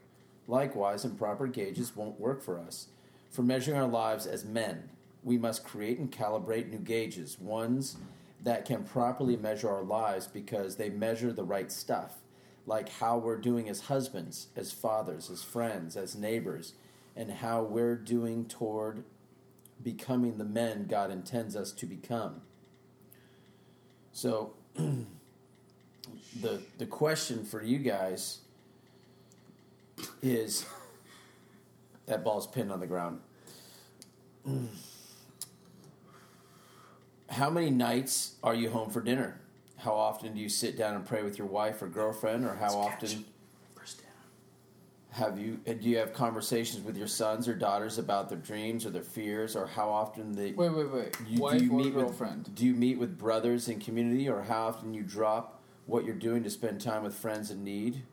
[SPEAKER 8] likewise improper gauges won't work for us for measuring our lives as men we must create and calibrate new gauges ones that can properly measure our lives because they measure the right stuff, like how we're doing as husbands, as fathers, as friends, as neighbors, and how we're doing toward becoming the men God intends us to become. So, [clears throat] the the question for you guys is that ball's pinned on the ground. [clears throat] How many nights are you home for dinner? How often do you sit down and pray with your wife or girlfriend, or how often have you and do you have conversations with your sons or daughters about their dreams or their fears, or how often they
[SPEAKER 5] Wait, wait, wait.
[SPEAKER 8] you,
[SPEAKER 5] Wife
[SPEAKER 8] do you
[SPEAKER 5] or
[SPEAKER 8] meet
[SPEAKER 5] girlfriend?
[SPEAKER 8] With, do you meet with brothers in community, or how often you drop what you're doing to spend time with friends in need?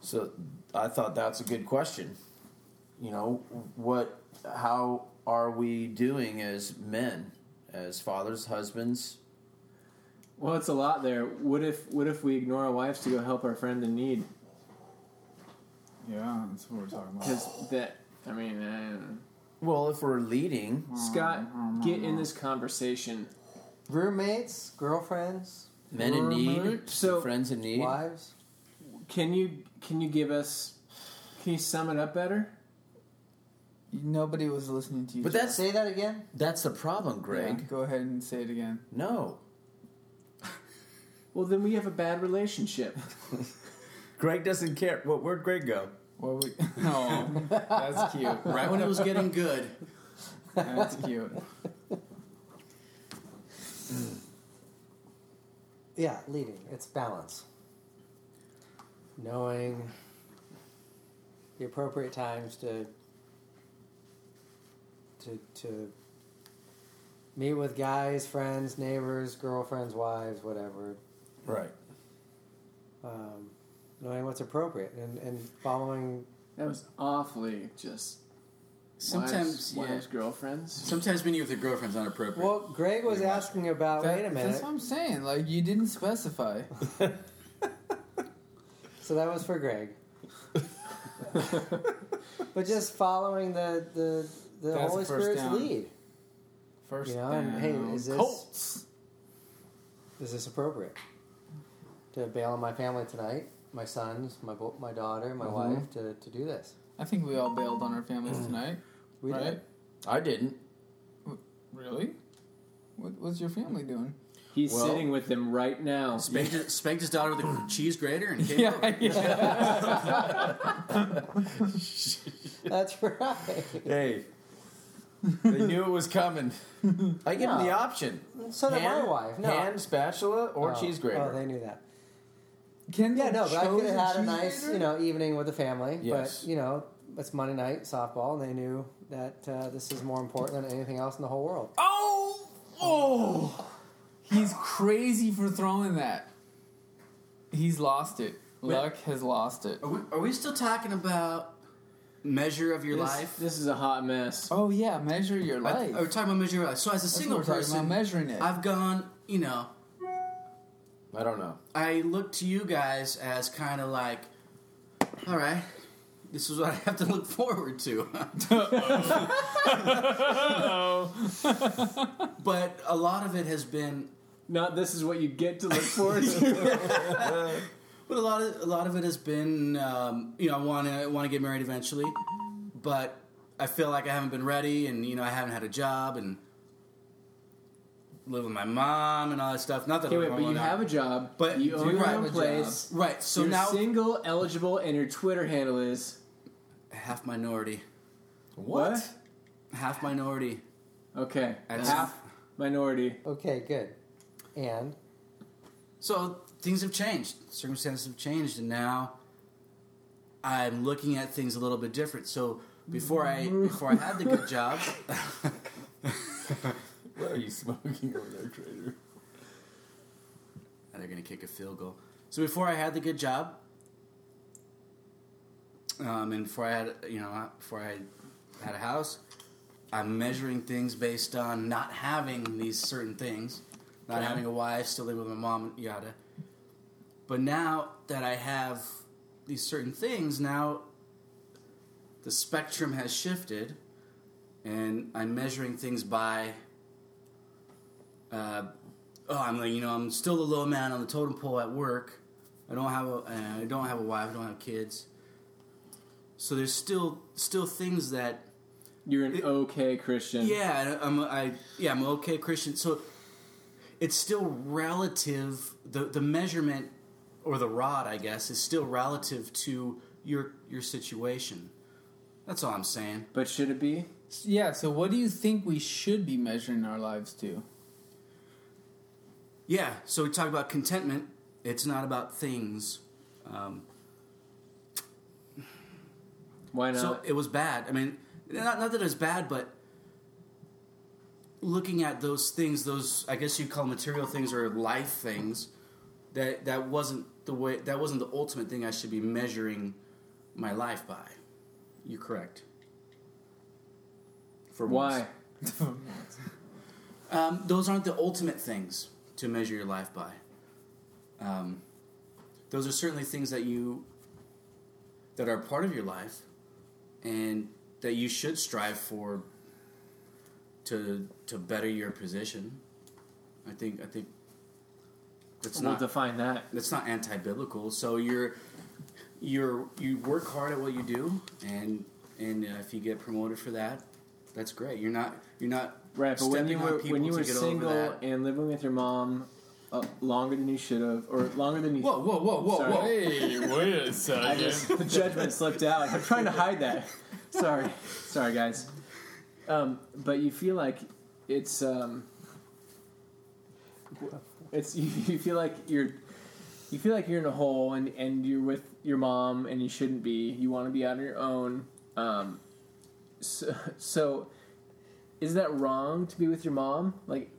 [SPEAKER 8] So I thought that's a good question. You know, what, how are we doing as men, as fathers, husbands?
[SPEAKER 4] Well, it's a lot there. What if what if we ignore our wives to go help our friend in need?
[SPEAKER 5] Yeah, that's what we're talking about.
[SPEAKER 4] Because that, I mean, I don't know.
[SPEAKER 8] Well, if we're leading,
[SPEAKER 2] Mm-hmm,
[SPEAKER 4] Scott, get in this conversation.
[SPEAKER 6] Roommates, girlfriends,
[SPEAKER 8] men in need,
[SPEAKER 4] Alright, so-
[SPEAKER 8] friends in need.
[SPEAKER 6] wives.
[SPEAKER 4] Can you can you give us? Can you sum it up better?
[SPEAKER 5] Nobody was listening to you.
[SPEAKER 8] But that's
[SPEAKER 6] Say that again.
[SPEAKER 8] that's the problem,
[SPEAKER 5] Yeah,
[SPEAKER 8] Greg.
[SPEAKER 5] Go ahead and say it again.
[SPEAKER 8] No,
[SPEAKER 4] Well, then we have a bad
[SPEAKER 2] [laughs]
[SPEAKER 4] relationship.
[SPEAKER 8] Greg doesn't care. What where'd Greg go?
[SPEAKER 5] What
[SPEAKER 6] [laughs]
[SPEAKER 5] we? Oh, that's cute.
[SPEAKER 2] Right when it was getting
[SPEAKER 4] [laughs]
[SPEAKER 2] good.
[SPEAKER 6] [laughs]
[SPEAKER 5] That's cute.
[SPEAKER 6] Yeah, leading. It's balance. Knowing the appropriate times to to to meet with guys, friends, neighbors, girlfriends, wives, whatever.
[SPEAKER 8] Right.
[SPEAKER 6] Um, knowing what's appropriate and, and following
[SPEAKER 4] That was awfully just.
[SPEAKER 2] Sometimes,
[SPEAKER 4] wives,
[SPEAKER 2] yeah.
[SPEAKER 4] wives, girlfriends.
[SPEAKER 2] Sometimes meeting with your girlfriend's not appropriate.
[SPEAKER 6] Well, Greg was asking about.
[SPEAKER 5] That-
[SPEAKER 6] wait a minute.
[SPEAKER 5] That's what I'm saying. Like you didn't specify.
[SPEAKER 6] So that was for
[SPEAKER 5] [laughs]
[SPEAKER 6] Greg. but just following the the, the
[SPEAKER 5] That's
[SPEAKER 6] Holy
[SPEAKER 5] a first
[SPEAKER 6] Spirit's
[SPEAKER 5] down.
[SPEAKER 6] lead.
[SPEAKER 5] First
[SPEAKER 6] You know, and hey,
[SPEAKER 5] down.
[SPEAKER 6] is this-
[SPEAKER 5] Colts?
[SPEAKER 6] Is this appropriate to bail on my family tonight? My sons, my bo- my daughter, my wife to, to do this.
[SPEAKER 5] I think we all bailed on our families tonight,
[SPEAKER 6] Mm. We
[SPEAKER 5] right?
[SPEAKER 6] did.
[SPEAKER 8] I didn't.
[SPEAKER 5] Really? What, what's your family doing?
[SPEAKER 4] He's
[SPEAKER 8] Well-
[SPEAKER 4] sitting with them right now.
[SPEAKER 2] spanked, his, spanked his daughter with
[SPEAKER 4] [clears throat]
[SPEAKER 2] a cheese grater and came over.
[SPEAKER 5] [laughs] Yeah, yeah.
[SPEAKER 6] That's right.
[SPEAKER 8] Hey. they knew it was coming. I give them the
[SPEAKER 6] No.
[SPEAKER 8] option.
[SPEAKER 6] So did my
[SPEAKER 8] Hand-
[SPEAKER 6] wife. No.
[SPEAKER 8] Hand, spatula, or
[SPEAKER 6] Oh,
[SPEAKER 8] cheese grater.
[SPEAKER 6] Oh, they knew that.
[SPEAKER 5] Kendall
[SPEAKER 6] [laughs] Yeah, no, but I
[SPEAKER 5] chose
[SPEAKER 6] could have had a
[SPEAKER 5] cheese
[SPEAKER 6] nice,
[SPEAKER 5] grater?
[SPEAKER 6] you know, evening with the family.
[SPEAKER 8] Yes.
[SPEAKER 6] But you know, it's Monday night softball, and they knew that uh, this is more important than anything else in the whole world.
[SPEAKER 5] Oh, oh! He's crazy for throwing that. He's lost it. Luck has lost it.
[SPEAKER 2] Are we, are we still talking about measure of your
[SPEAKER 4] This,
[SPEAKER 2] life?
[SPEAKER 4] this is a hot mess.
[SPEAKER 5] Oh yeah, measure your
[SPEAKER 2] I-
[SPEAKER 5] life.
[SPEAKER 2] Are we talking about measure of your life? So as a
[SPEAKER 5] That's
[SPEAKER 2] single
[SPEAKER 5] what we're talking
[SPEAKER 2] person,
[SPEAKER 5] about, measuring it.
[SPEAKER 2] I've gone, you know,
[SPEAKER 8] I don't know.
[SPEAKER 2] I look to you guys as kind of like, all right, this is what I have to look forward to. [laughs] but a lot of it has been,
[SPEAKER 4] Not this is what you get to
[SPEAKER 2] [laughs]
[SPEAKER 4] look forward to.
[SPEAKER 2] but a lot of a lot of it has been, um, you know, I want to want to get married eventually, but I feel like I haven't been ready, and you know, I haven't had a job, and live with my mom and all that stuff. Not that
[SPEAKER 4] Okay,
[SPEAKER 2] I
[SPEAKER 4] wait,
[SPEAKER 2] live
[SPEAKER 4] but you
[SPEAKER 2] alone now.
[SPEAKER 4] have a job.
[SPEAKER 2] But
[SPEAKER 4] you own
[SPEAKER 2] you
[SPEAKER 4] your
[SPEAKER 2] have
[SPEAKER 4] own
[SPEAKER 2] a
[SPEAKER 4] place.
[SPEAKER 2] right. So
[SPEAKER 4] you're
[SPEAKER 2] now
[SPEAKER 4] single, eligible, and your Twitter handle is
[SPEAKER 2] half minority,
[SPEAKER 4] what?
[SPEAKER 2] half minority.
[SPEAKER 4] Okay,
[SPEAKER 2] That's-
[SPEAKER 4] half minority.
[SPEAKER 6] Okay, good. And
[SPEAKER 2] So things have changed, circumstances have changed, and now I'm looking at things a little bit different. So before I before I had the good
[SPEAKER 8] [laughs]
[SPEAKER 2] job,
[SPEAKER 8] What are you smoking over there, Trader?
[SPEAKER 2] and they're gonna kick a field goal. So before I had the good job, um, and before I had you know before I had a house, I'm measuring things based on not having these certain things, not having a wife, still living with my mom, yada. But now that I have these certain things, now the spectrum has shifted, and I'm measuring things by. Uh, oh, I'm like, you know, I'm still the low man on the totem pole at work. I don't have a, uh, I don't have a wife. I don't have kids. So there's still still things that
[SPEAKER 4] You're an okay Christian.
[SPEAKER 2] yeah, I- I'm I yeah I'm okay Christian. So it's still relative. The the measurement or the rod, I guess, is still relative to your your situation. That's all I'm saying.
[SPEAKER 4] But should it be?
[SPEAKER 5] yeah. So what do you think we should be measuring our lives to?
[SPEAKER 2] Yeah, so we talk about contentment. It's not about things. Um,
[SPEAKER 4] Why not?
[SPEAKER 2] So it was bad. I mean, not, not that it was bad, but looking at those things, those I guess you call material things or life things, that that wasn't the way that wasn't the ultimate thing I should be measuring my life by. You're correct. For once. [laughs]
[SPEAKER 4] Why?
[SPEAKER 2] Um, those aren't the ultimate things to measure your life by. Um, those are certainly things that you that are part of your life and that you should strive for to to better your position. I think I think that's
[SPEAKER 4] We'll
[SPEAKER 2] not
[SPEAKER 4] define that.
[SPEAKER 2] that's not anti-biblical. So you're you're you work hard at what you do, and and uh, if you get promoted for that, that's great. You're not you're not
[SPEAKER 4] Right, but when
[SPEAKER 2] stepping
[SPEAKER 4] you
[SPEAKER 2] on
[SPEAKER 4] were
[SPEAKER 2] people
[SPEAKER 4] when you
[SPEAKER 2] to
[SPEAKER 4] were
[SPEAKER 2] get over
[SPEAKER 4] single
[SPEAKER 2] that.
[SPEAKER 4] and living with your mom uh, longer than you should have, or longer than you.
[SPEAKER 2] Whoa, whoa, whoa, whoa,
[SPEAKER 4] Sorry.
[SPEAKER 2] whoa!
[SPEAKER 5] Hey, wait
[SPEAKER 2] [laughs]
[SPEAKER 5] a
[SPEAKER 4] I
[SPEAKER 5] second.
[SPEAKER 4] just the judgment slipped out. I'm trying to hide that. Sorry, sorry guys. Um, but you feel like it's um, it's you, you feel like you're you feel like you're in a hole and and you're with your mom and you shouldn't be. You want to be on your own. Um, so, so is that wrong to be with your mom? Like.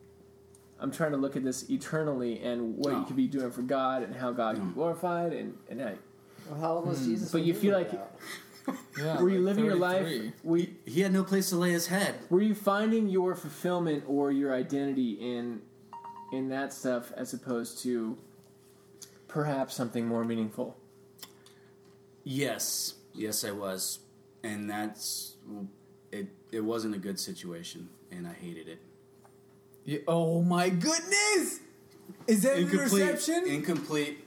[SPEAKER 4] I'm trying to look at this eternally and what you
[SPEAKER 2] No.
[SPEAKER 4] could be doing for God and how God can be
[SPEAKER 2] No.
[SPEAKER 4] glorified and, and how,
[SPEAKER 6] Well, how old was Jesus?
[SPEAKER 4] But
[SPEAKER 6] when
[SPEAKER 4] you feel
[SPEAKER 6] were
[SPEAKER 4] like-
[SPEAKER 6] out?
[SPEAKER 5] Yeah,
[SPEAKER 4] were you
[SPEAKER 5] like
[SPEAKER 4] living your life
[SPEAKER 5] 33.
[SPEAKER 4] were you,
[SPEAKER 2] He had no place to lay his head.
[SPEAKER 4] were you finding your fulfillment or your identity in in that stuff as opposed to perhaps something more meaningful
[SPEAKER 2] Yes, yes, I was, and that's it. It wasn't a good situation, and I hated it.
[SPEAKER 5] Yeah, oh my goodness! Is that an interception?
[SPEAKER 2] Incomplete.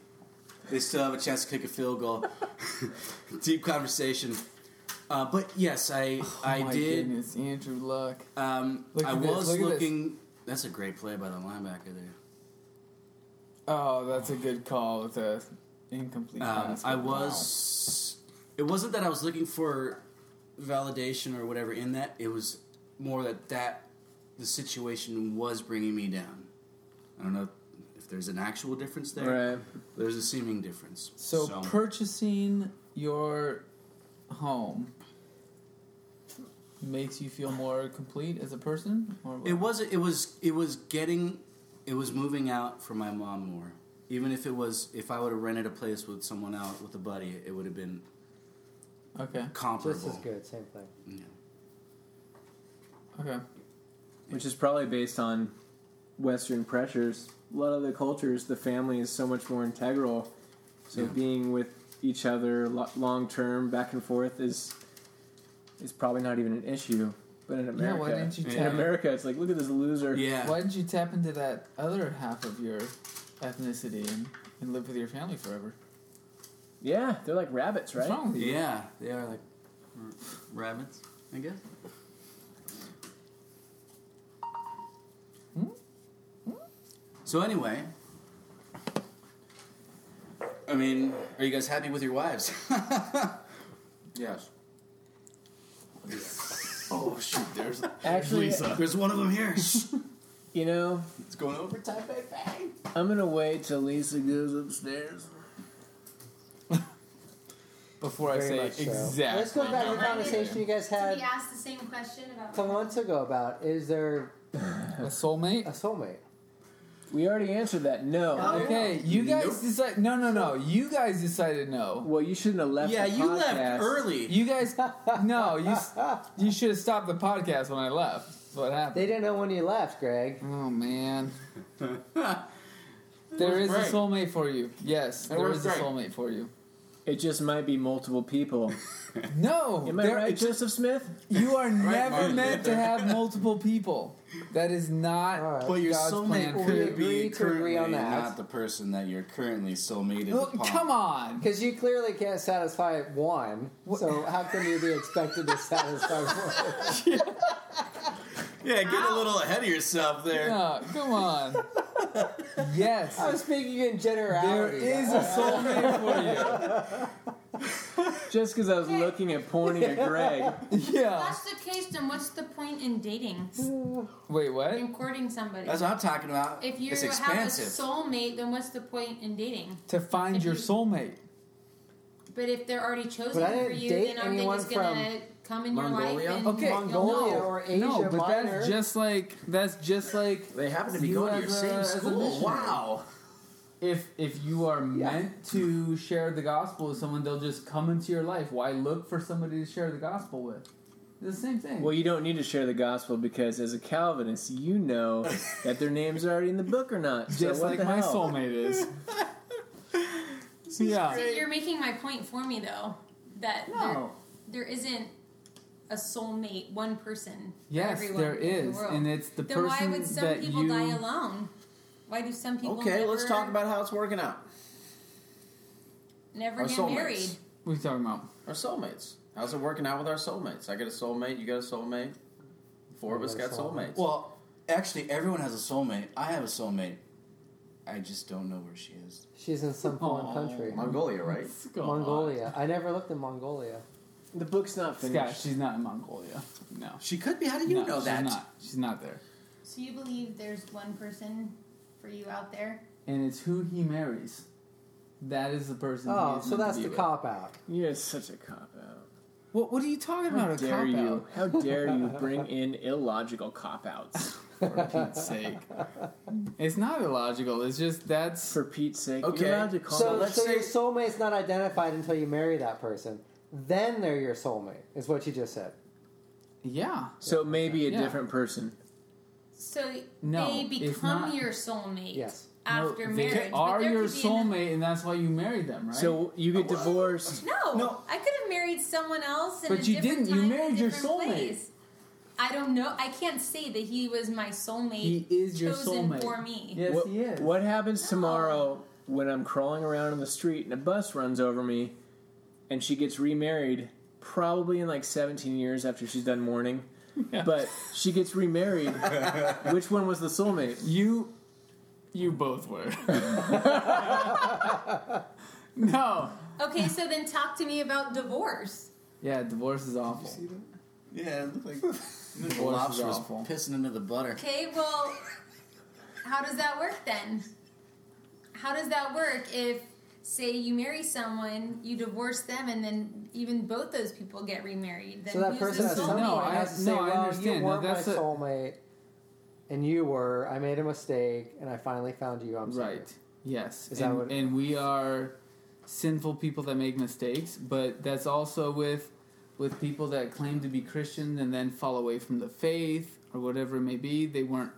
[SPEAKER 2] They still have a chance to kick a field goal. [laughs] Deep conversation. Uh, but yes, I I
[SPEAKER 5] [sighs] oh my
[SPEAKER 2] did.
[SPEAKER 5] Goodness, Andrew Luck.
[SPEAKER 2] Um,
[SPEAKER 5] Look
[SPEAKER 2] I
[SPEAKER 5] at this,
[SPEAKER 2] was
[SPEAKER 5] look at this.
[SPEAKER 2] looking. That's a great play by the linebacker there.
[SPEAKER 5] Oh, that's a good call with the incomplete
[SPEAKER 2] Um,
[SPEAKER 5] pass.
[SPEAKER 2] I
[SPEAKER 5] Wow.
[SPEAKER 2] was. It wasn't that I was looking for validation or whatever in that. It was more that that the situation was bringing me down. I don't know if there's an actual difference there.
[SPEAKER 4] right
[SPEAKER 2] There's a seeming difference.
[SPEAKER 5] So, purchasing your home makes you feel more complete as a person, or what?
[SPEAKER 2] It was it was it was getting it was moving out for my mom more. Even if it was if I would have rented a place with someone out with a buddy, it would have been
[SPEAKER 5] okay.
[SPEAKER 2] comparable.
[SPEAKER 6] Just as good, same thing.
[SPEAKER 2] Yeah.
[SPEAKER 5] Okay.
[SPEAKER 4] which is probably based on western pressures a lot of the cultures the family is so much more integral so
[SPEAKER 2] Yeah.
[SPEAKER 4] being with each other lo- long term back and forth is is probably not even an issue but in
[SPEAKER 5] Yeah,
[SPEAKER 4] america
[SPEAKER 5] why didn't you
[SPEAKER 2] In
[SPEAKER 4] in
[SPEAKER 5] tap?
[SPEAKER 4] america it's like look at this loser
[SPEAKER 2] Yeah.
[SPEAKER 5] Why didn't you tap into that other half of your ethnicity and, and live with your family forever?
[SPEAKER 4] yeah they're like rabbits right
[SPEAKER 5] What's wrong with you?
[SPEAKER 2] Yeah, they are like r- rabbits, I guess.
[SPEAKER 5] Hmm?
[SPEAKER 2] So anyway, I mean, are you guys happy with your wives? [laughs]
[SPEAKER 8] Yes.
[SPEAKER 2] oh shoot, there's
[SPEAKER 4] actually
[SPEAKER 2] there's one of them here. Shh,
[SPEAKER 4] you know
[SPEAKER 2] it's going overtime, baby.
[SPEAKER 4] I'm gonna wait till Lisa goes upstairs.
[SPEAKER 5] Before I
[SPEAKER 6] Very
[SPEAKER 5] say
[SPEAKER 6] much so.
[SPEAKER 5] exactly.
[SPEAKER 6] Let's go back to the conversation you guys
[SPEAKER 7] So
[SPEAKER 6] had
[SPEAKER 7] we asked the same question about
[SPEAKER 6] some months ago about is there
[SPEAKER 5] A soulmate?
[SPEAKER 6] a soulmate?
[SPEAKER 4] We already answered that. No.
[SPEAKER 5] Oh, Okay, you guys decide. No, no, no. You guys decided no.
[SPEAKER 4] Well, you shouldn't have left.
[SPEAKER 2] Yeah,
[SPEAKER 4] the
[SPEAKER 2] you left
[SPEAKER 4] podcast.
[SPEAKER 2] early.
[SPEAKER 5] You guys, no. You s- you should have stopped the podcast when I left. That's what
[SPEAKER 6] Ah. They
[SPEAKER 5] happened.
[SPEAKER 6] didn't know when you left, Greg.
[SPEAKER 5] oh man.
[SPEAKER 2] [laughs]
[SPEAKER 5] there is a soulmate for you. Yes, there is a soulmate
[SPEAKER 2] [laughs]
[SPEAKER 5] for you.
[SPEAKER 4] It just might be multiple people.
[SPEAKER 5] No,
[SPEAKER 4] Am I
[SPEAKER 5] there-
[SPEAKER 4] right, Joseph Smith?
[SPEAKER 2] [laughs]
[SPEAKER 5] you are never
[SPEAKER 2] Martin
[SPEAKER 5] meant to have multiple people. That is not.
[SPEAKER 6] All right.
[SPEAKER 2] But your
[SPEAKER 5] God's plan
[SPEAKER 2] soulmate
[SPEAKER 5] for
[SPEAKER 6] you.
[SPEAKER 2] could
[SPEAKER 6] We
[SPEAKER 2] be
[SPEAKER 6] agree to agree
[SPEAKER 2] currently
[SPEAKER 6] on that.
[SPEAKER 2] not the person that you're currently soulmated
[SPEAKER 5] Well,
[SPEAKER 2] upon.
[SPEAKER 5] [laughs] come on.
[SPEAKER 6] Because you clearly can't satisfy one, so how can you be expected to satisfy one?
[SPEAKER 2] Yeah, get a little ahead of yourself there. [laughs]
[SPEAKER 5] No, come on. Yes.
[SPEAKER 6] I'm speaking in
[SPEAKER 5] There
[SPEAKER 6] generality.
[SPEAKER 5] is a soulmate
[SPEAKER 4] Just because I was looking at pointing at Greg.
[SPEAKER 5] for you.
[SPEAKER 7] If
[SPEAKER 5] Yeah.
[SPEAKER 7] that's the case, then what's the point in dating?
[SPEAKER 5] Wait, what?
[SPEAKER 7] In courting somebody?
[SPEAKER 2] That's what I'm talking about.
[SPEAKER 7] if you
[SPEAKER 2] it's
[SPEAKER 7] have a
[SPEAKER 2] expansive.
[SPEAKER 7] soulmate, then what's the point in dating?
[SPEAKER 5] To find
[SPEAKER 7] If
[SPEAKER 5] your
[SPEAKER 7] you-
[SPEAKER 5] soulmate.
[SPEAKER 7] But if they're already chosen
[SPEAKER 6] But I
[SPEAKER 7] for
[SPEAKER 6] didn't
[SPEAKER 7] you,
[SPEAKER 6] date
[SPEAKER 7] then aren't they
[SPEAKER 6] anyone
[SPEAKER 7] just gonna come in your
[SPEAKER 2] Mongolia?
[SPEAKER 7] life? And
[SPEAKER 5] Okay.
[SPEAKER 7] you'll
[SPEAKER 6] Mongolia
[SPEAKER 7] know?
[SPEAKER 6] or Asia
[SPEAKER 5] no, but
[SPEAKER 6] Minor.
[SPEAKER 5] that's just like that's just like
[SPEAKER 8] They happen to be
[SPEAKER 5] You uh,
[SPEAKER 8] going to
[SPEAKER 5] as
[SPEAKER 8] your
[SPEAKER 5] a-
[SPEAKER 8] same
[SPEAKER 5] as a
[SPEAKER 8] school.
[SPEAKER 5] missionary.
[SPEAKER 8] Wow.
[SPEAKER 5] if if you are meant to share the gospel with someone, they'll just come into your life. Why look for somebody to share the gospel with? It's the same thing.
[SPEAKER 4] Well, you don't need to share the gospel because, as a Calvinist, you know that their name's already in the book or not.
[SPEAKER 5] just
[SPEAKER 4] so what
[SPEAKER 5] like
[SPEAKER 4] the
[SPEAKER 5] my
[SPEAKER 4] hell?
[SPEAKER 5] soulmate is. yeah.
[SPEAKER 7] See, you're making my point for me though that
[SPEAKER 5] No.
[SPEAKER 7] there, there isn't a soulmate, one person.
[SPEAKER 5] Yes,
[SPEAKER 7] for everyone
[SPEAKER 5] there
[SPEAKER 7] in the
[SPEAKER 5] is,
[SPEAKER 7] world.
[SPEAKER 5] and it's the
[SPEAKER 7] then why
[SPEAKER 5] person
[SPEAKER 7] would some
[SPEAKER 5] that
[SPEAKER 7] people
[SPEAKER 5] you.
[SPEAKER 7] die alone? Why do some people
[SPEAKER 8] Okay, let's
[SPEAKER 7] never-
[SPEAKER 8] talk about how it's working out.
[SPEAKER 7] never
[SPEAKER 8] our
[SPEAKER 7] get
[SPEAKER 8] soulmates.
[SPEAKER 7] married?
[SPEAKER 5] What are you talking about?
[SPEAKER 8] Our soulmates. How's it working out with our soulmates? I got a soulmate. You got a soulmate. Four of us got soulmates.
[SPEAKER 2] Well, actually, everyone has a soulmate. I have a soulmate. I just don't know where she is.
[SPEAKER 6] She's in some foreign
[SPEAKER 5] Aw.
[SPEAKER 6] country.
[SPEAKER 8] Mongolia, right?
[SPEAKER 5] Go on.
[SPEAKER 6] Mongolia. I never looked in Mongolia.
[SPEAKER 4] The book's not
[SPEAKER 5] Scott,
[SPEAKER 4] finished.
[SPEAKER 5] she's not in Mongolia. No.
[SPEAKER 2] She could be. How do you
[SPEAKER 5] No,
[SPEAKER 2] know
[SPEAKER 5] she's
[SPEAKER 2] that?
[SPEAKER 5] Not. She's not there.
[SPEAKER 7] So you believe there's one person for you out there?
[SPEAKER 5] And it's who he marries. That is the person. he
[SPEAKER 6] Oh,
[SPEAKER 5] is
[SPEAKER 6] so
[SPEAKER 5] meant to
[SPEAKER 6] that's
[SPEAKER 5] be
[SPEAKER 6] the
[SPEAKER 5] with.
[SPEAKER 6] cop out.
[SPEAKER 4] You're such a cop out.
[SPEAKER 5] What, what are you talking
[SPEAKER 4] How
[SPEAKER 5] about? A
[SPEAKER 4] dare
[SPEAKER 5] cop
[SPEAKER 4] you?
[SPEAKER 5] out?
[SPEAKER 4] How dare you bring in illogical cop outs? For Pete's sake.
[SPEAKER 5] It's not illogical. It's just that's
[SPEAKER 4] For Pete's sake.
[SPEAKER 8] Okay,
[SPEAKER 4] You're allowed to call
[SPEAKER 6] So,
[SPEAKER 4] them-
[SPEAKER 8] let's
[SPEAKER 6] so your
[SPEAKER 8] say-
[SPEAKER 6] soulmate's not identified until you marry that person. Then they're your soulmate, is what you just said.
[SPEAKER 5] yeah.
[SPEAKER 4] So maybe a
[SPEAKER 5] Yeah.
[SPEAKER 4] different person.
[SPEAKER 7] So
[SPEAKER 5] No,
[SPEAKER 7] they
[SPEAKER 5] it's
[SPEAKER 7] become
[SPEAKER 5] not.
[SPEAKER 7] your soulmate
[SPEAKER 6] Yes.
[SPEAKER 7] after
[SPEAKER 5] No,
[SPEAKER 7] marriage.
[SPEAKER 5] they
[SPEAKER 7] but
[SPEAKER 5] are
[SPEAKER 7] there
[SPEAKER 5] your
[SPEAKER 7] could be an-
[SPEAKER 5] soulmate, and that's why you married them, right?
[SPEAKER 4] So you get divorced.
[SPEAKER 7] No,
[SPEAKER 2] No.
[SPEAKER 7] I could have married someone else. In
[SPEAKER 5] But
[SPEAKER 7] a
[SPEAKER 5] you
[SPEAKER 7] different
[SPEAKER 5] didn't. You
[SPEAKER 7] time, in a
[SPEAKER 5] married your
[SPEAKER 7] different
[SPEAKER 5] soulmate.
[SPEAKER 7] place. I don't know. I can't say that he was my soulmate.
[SPEAKER 5] he is your
[SPEAKER 7] chosen
[SPEAKER 5] soulmate
[SPEAKER 7] for me.
[SPEAKER 5] Yes,
[SPEAKER 4] what,
[SPEAKER 5] he is. [laughs]
[SPEAKER 4] what happens tomorrow when I'm crawling around on the street and a bus runs over me and she gets remarried, probably in like 17 years after she's done mourning? But she
[SPEAKER 5] [laughs]
[SPEAKER 4] gets remarried. Which one was the soulmate?
[SPEAKER 5] You, you both were. [laughs] no. [laughs]
[SPEAKER 7] Okay, so then talk to me about divorce.
[SPEAKER 5] Yeah, divorce is awful.
[SPEAKER 2] Yeah, it looked like the
[SPEAKER 5] is
[SPEAKER 2] lobster was
[SPEAKER 5] awful.
[SPEAKER 2] pissing into the butter.
[SPEAKER 7] Okay, well, how does that work then? How does that work if, say, you marry someone, you divorce them, and then even both those people get remarried? Then
[SPEAKER 6] So that
[SPEAKER 7] who's
[SPEAKER 6] person
[SPEAKER 7] the
[SPEAKER 6] at some
[SPEAKER 7] soulmate?
[SPEAKER 6] point
[SPEAKER 5] No, I-
[SPEAKER 6] has to say,
[SPEAKER 5] no, I
[SPEAKER 6] well, you
[SPEAKER 5] understand. No,
[SPEAKER 6] weren't
[SPEAKER 5] that's
[SPEAKER 6] my
[SPEAKER 5] a-
[SPEAKER 6] soulmate, and you were. I made a mistake, and I finally found you. I'm sorry.
[SPEAKER 5] Right. Yes.
[SPEAKER 6] Is that
[SPEAKER 5] and,
[SPEAKER 6] what-
[SPEAKER 5] and we are sinful people that make mistakes, but that's also with with people that claim to be Christian and then fall away from the faith or whatever it may be. They weren't